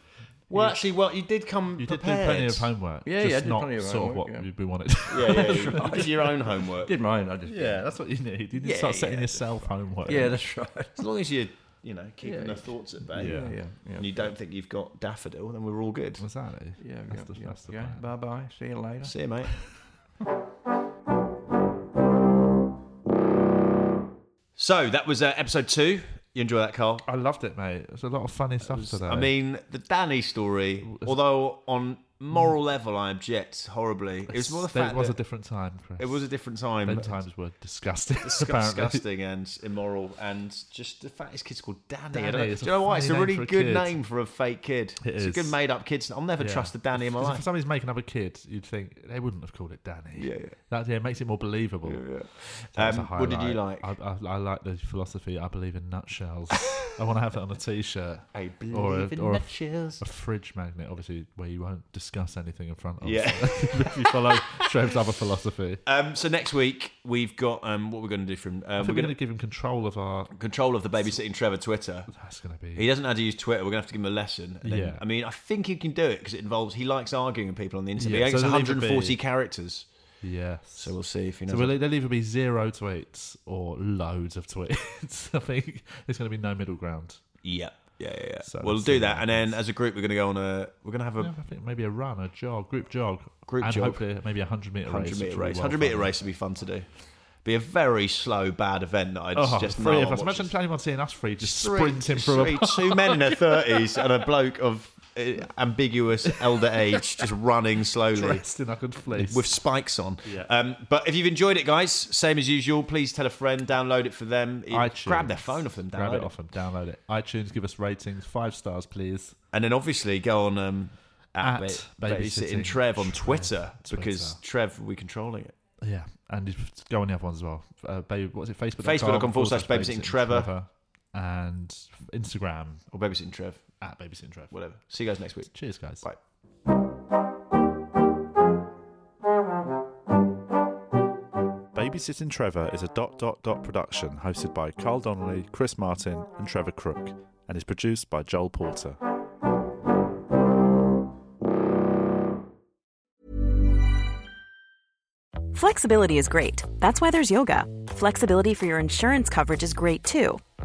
[SPEAKER 1] Well, actually, well, you did come.
[SPEAKER 2] You did do
[SPEAKER 1] prepared.
[SPEAKER 2] plenty of homework.
[SPEAKER 3] Yeah,
[SPEAKER 2] just
[SPEAKER 3] yeah, I did
[SPEAKER 2] not
[SPEAKER 3] plenty of
[SPEAKER 2] sort
[SPEAKER 3] homework,
[SPEAKER 2] of what
[SPEAKER 3] yeah.
[SPEAKER 2] you'd be wanted.
[SPEAKER 1] Yeah, yeah. You, you did your own homework.
[SPEAKER 3] Did mine, I just.
[SPEAKER 2] yeah, that's what you need. You need to
[SPEAKER 3] Yeah,
[SPEAKER 2] start setting
[SPEAKER 3] yeah,
[SPEAKER 2] yourself homework.
[SPEAKER 3] Yeah, that's right.
[SPEAKER 1] As long as you, you know, keeping the thoughts at bay.
[SPEAKER 2] Yeah.
[SPEAKER 3] Yeah, yeah.
[SPEAKER 1] And you don't think you've got daffodil, then we're all good.
[SPEAKER 2] Was that it?
[SPEAKER 3] Yeah,
[SPEAKER 2] that's
[SPEAKER 3] yeah,
[SPEAKER 2] the,
[SPEAKER 3] yeah,
[SPEAKER 2] That's the
[SPEAKER 3] yeah.
[SPEAKER 2] plan.
[SPEAKER 3] Bye bye. See you later.
[SPEAKER 1] See you, mate. So that was uh, episode two. You enjoy that, Carl?
[SPEAKER 2] I loved it, mate. There's a lot of funny stuff today.
[SPEAKER 1] I mean, the Danny story, although on moral level I object horribly, it was more the
[SPEAKER 2] There
[SPEAKER 1] fact
[SPEAKER 2] was
[SPEAKER 1] that
[SPEAKER 2] a different time, Chris.
[SPEAKER 1] it was a different time.
[SPEAKER 2] Them times were disgusting.
[SPEAKER 1] Disgu-
[SPEAKER 2] apparently.
[SPEAKER 1] disgusting and immoral, and just the fact this kid's called Danny. I don't
[SPEAKER 2] Danny
[SPEAKER 1] know-
[SPEAKER 2] is
[SPEAKER 1] do
[SPEAKER 2] a
[SPEAKER 1] you know why?
[SPEAKER 2] funny
[SPEAKER 1] It's a
[SPEAKER 2] name
[SPEAKER 1] really
[SPEAKER 2] for a
[SPEAKER 1] good
[SPEAKER 2] kid.
[SPEAKER 1] name for a fake kid.
[SPEAKER 2] It
[SPEAKER 1] it's
[SPEAKER 2] is.
[SPEAKER 1] a good made-up kid. I'll never
[SPEAKER 2] Yeah.
[SPEAKER 1] trust a Danny in my
[SPEAKER 2] 'Cause
[SPEAKER 1] life.
[SPEAKER 2] If somebody's making up a kid, you'd think they wouldn't have called it Danny. Yeah, yeah. That yeah makes it more believable. That's
[SPEAKER 1] Um,
[SPEAKER 2] a
[SPEAKER 1] what did you
[SPEAKER 2] highlight.
[SPEAKER 1] like?
[SPEAKER 2] I, I, I like the philosophy. I believe in nutshells. I want to have it on a t-shirt.
[SPEAKER 1] I believe
[SPEAKER 2] or a,
[SPEAKER 1] in
[SPEAKER 2] or a-
[SPEAKER 1] nutshells.
[SPEAKER 2] A, fridge magnet, obviously, where you won't discuss anything in front of.
[SPEAKER 1] Yeah.
[SPEAKER 2] if you follow Trev's other philosophy,
[SPEAKER 1] Um, so next week we've got um, what we're going to do from
[SPEAKER 2] I
[SPEAKER 1] um,
[SPEAKER 2] think
[SPEAKER 1] we're
[SPEAKER 2] we're going
[SPEAKER 1] going
[SPEAKER 2] to give him control of our.
[SPEAKER 1] to control of the babysitting Trevor Twitter.
[SPEAKER 2] That's going to be.
[SPEAKER 1] He doesn't know how to use Twitter. We're going to have to give him a lesson. And then-
[SPEAKER 2] Yeah.
[SPEAKER 1] I mean, I think he can do it because it involves he likes arguing with people on the internet.
[SPEAKER 2] Yeah,
[SPEAKER 1] I think
[SPEAKER 2] so
[SPEAKER 1] it's
[SPEAKER 2] they'll either
[SPEAKER 1] 140
[SPEAKER 2] be-
[SPEAKER 1] characters.
[SPEAKER 2] yes.
[SPEAKER 1] So we'll see if he knows.
[SPEAKER 2] So will it- there'll either be zero tweets or loads of tweets. I think there's going to be no middle ground.
[SPEAKER 1] Yeah, yeah, yeah. yeah.
[SPEAKER 2] So
[SPEAKER 1] we'll
[SPEAKER 2] let's
[SPEAKER 1] do
[SPEAKER 2] see
[SPEAKER 1] that,
[SPEAKER 2] what
[SPEAKER 1] and then as a group, we're going to go on a. We're going to have a
[SPEAKER 2] Yeah, I think maybe a run, a jog, group jog,
[SPEAKER 1] Group
[SPEAKER 2] and
[SPEAKER 1] jog.
[SPEAKER 2] hopefully maybe a hundred meter
[SPEAKER 1] hundred
[SPEAKER 2] race. which
[SPEAKER 1] meter
[SPEAKER 2] will be
[SPEAKER 1] race.
[SPEAKER 2] well
[SPEAKER 1] Hundred meter
[SPEAKER 2] fun.
[SPEAKER 1] race would be fun to do. Be a very slow, bad event that I'd
[SPEAKER 2] Oh,
[SPEAKER 1] just
[SPEAKER 2] three
[SPEAKER 1] no
[SPEAKER 2] of
[SPEAKER 1] one
[SPEAKER 2] us.
[SPEAKER 1] watches.
[SPEAKER 2] Imagine anyone seeing us three just
[SPEAKER 1] Three-
[SPEAKER 2] sprinting through
[SPEAKER 1] three-
[SPEAKER 2] a
[SPEAKER 1] two men in their thirties and a bloke of uh, ambiguous elder age just running slowly.
[SPEAKER 2] dressed in a good fleece.
[SPEAKER 1] with spikes on.
[SPEAKER 2] Yeah.
[SPEAKER 1] Um, but if you've enjoyed it, guys, same as usual, please tell a friend, download it for them.
[SPEAKER 2] iTunes.
[SPEAKER 1] Grab their phone off them, download
[SPEAKER 2] Grab it
[SPEAKER 1] it.
[SPEAKER 2] off them, download it. iTunes, give us ratings, five stars, please.
[SPEAKER 1] And then obviously go on um, at,
[SPEAKER 2] At
[SPEAKER 1] ba- babysitting,
[SPEAKER 2] babysitting
[SPEAKER 1] Trev on
[SPEAKER 2] Trev
[SPEAKER 1] Twitter
[SPEAKER 2] Twitter.
[SPEAKER 1] because Trev, we're controlling it.
[SPEAKER 2] Yeah, and if, go on the other ones as well. Uh, babe, what's it? Facebook.
[SPEAKER 1] Facebook.com forward slash babysitting Trevor.
[SPEAKER 2] and Instagram
[SPEAKER 1] Or babysitting Trev,
[SPEAKER 2] at babysitting Trevor.
[SPEAKER 1] whatever. See you guys next week.
[SPEAKER 2] Cheers, guys.
[SPEAKER 1] Bye.
[SPEAKER 8] Babysitting Trevor is a dot dot dot production hosted by Carl Donnelly, Chris Martin, and Trevor Crook, and is produced by Joel Porter.
[SPEAKER 9] Flexibility is great. That's why there's yoga. Flexibility for your insurance coverage is great too.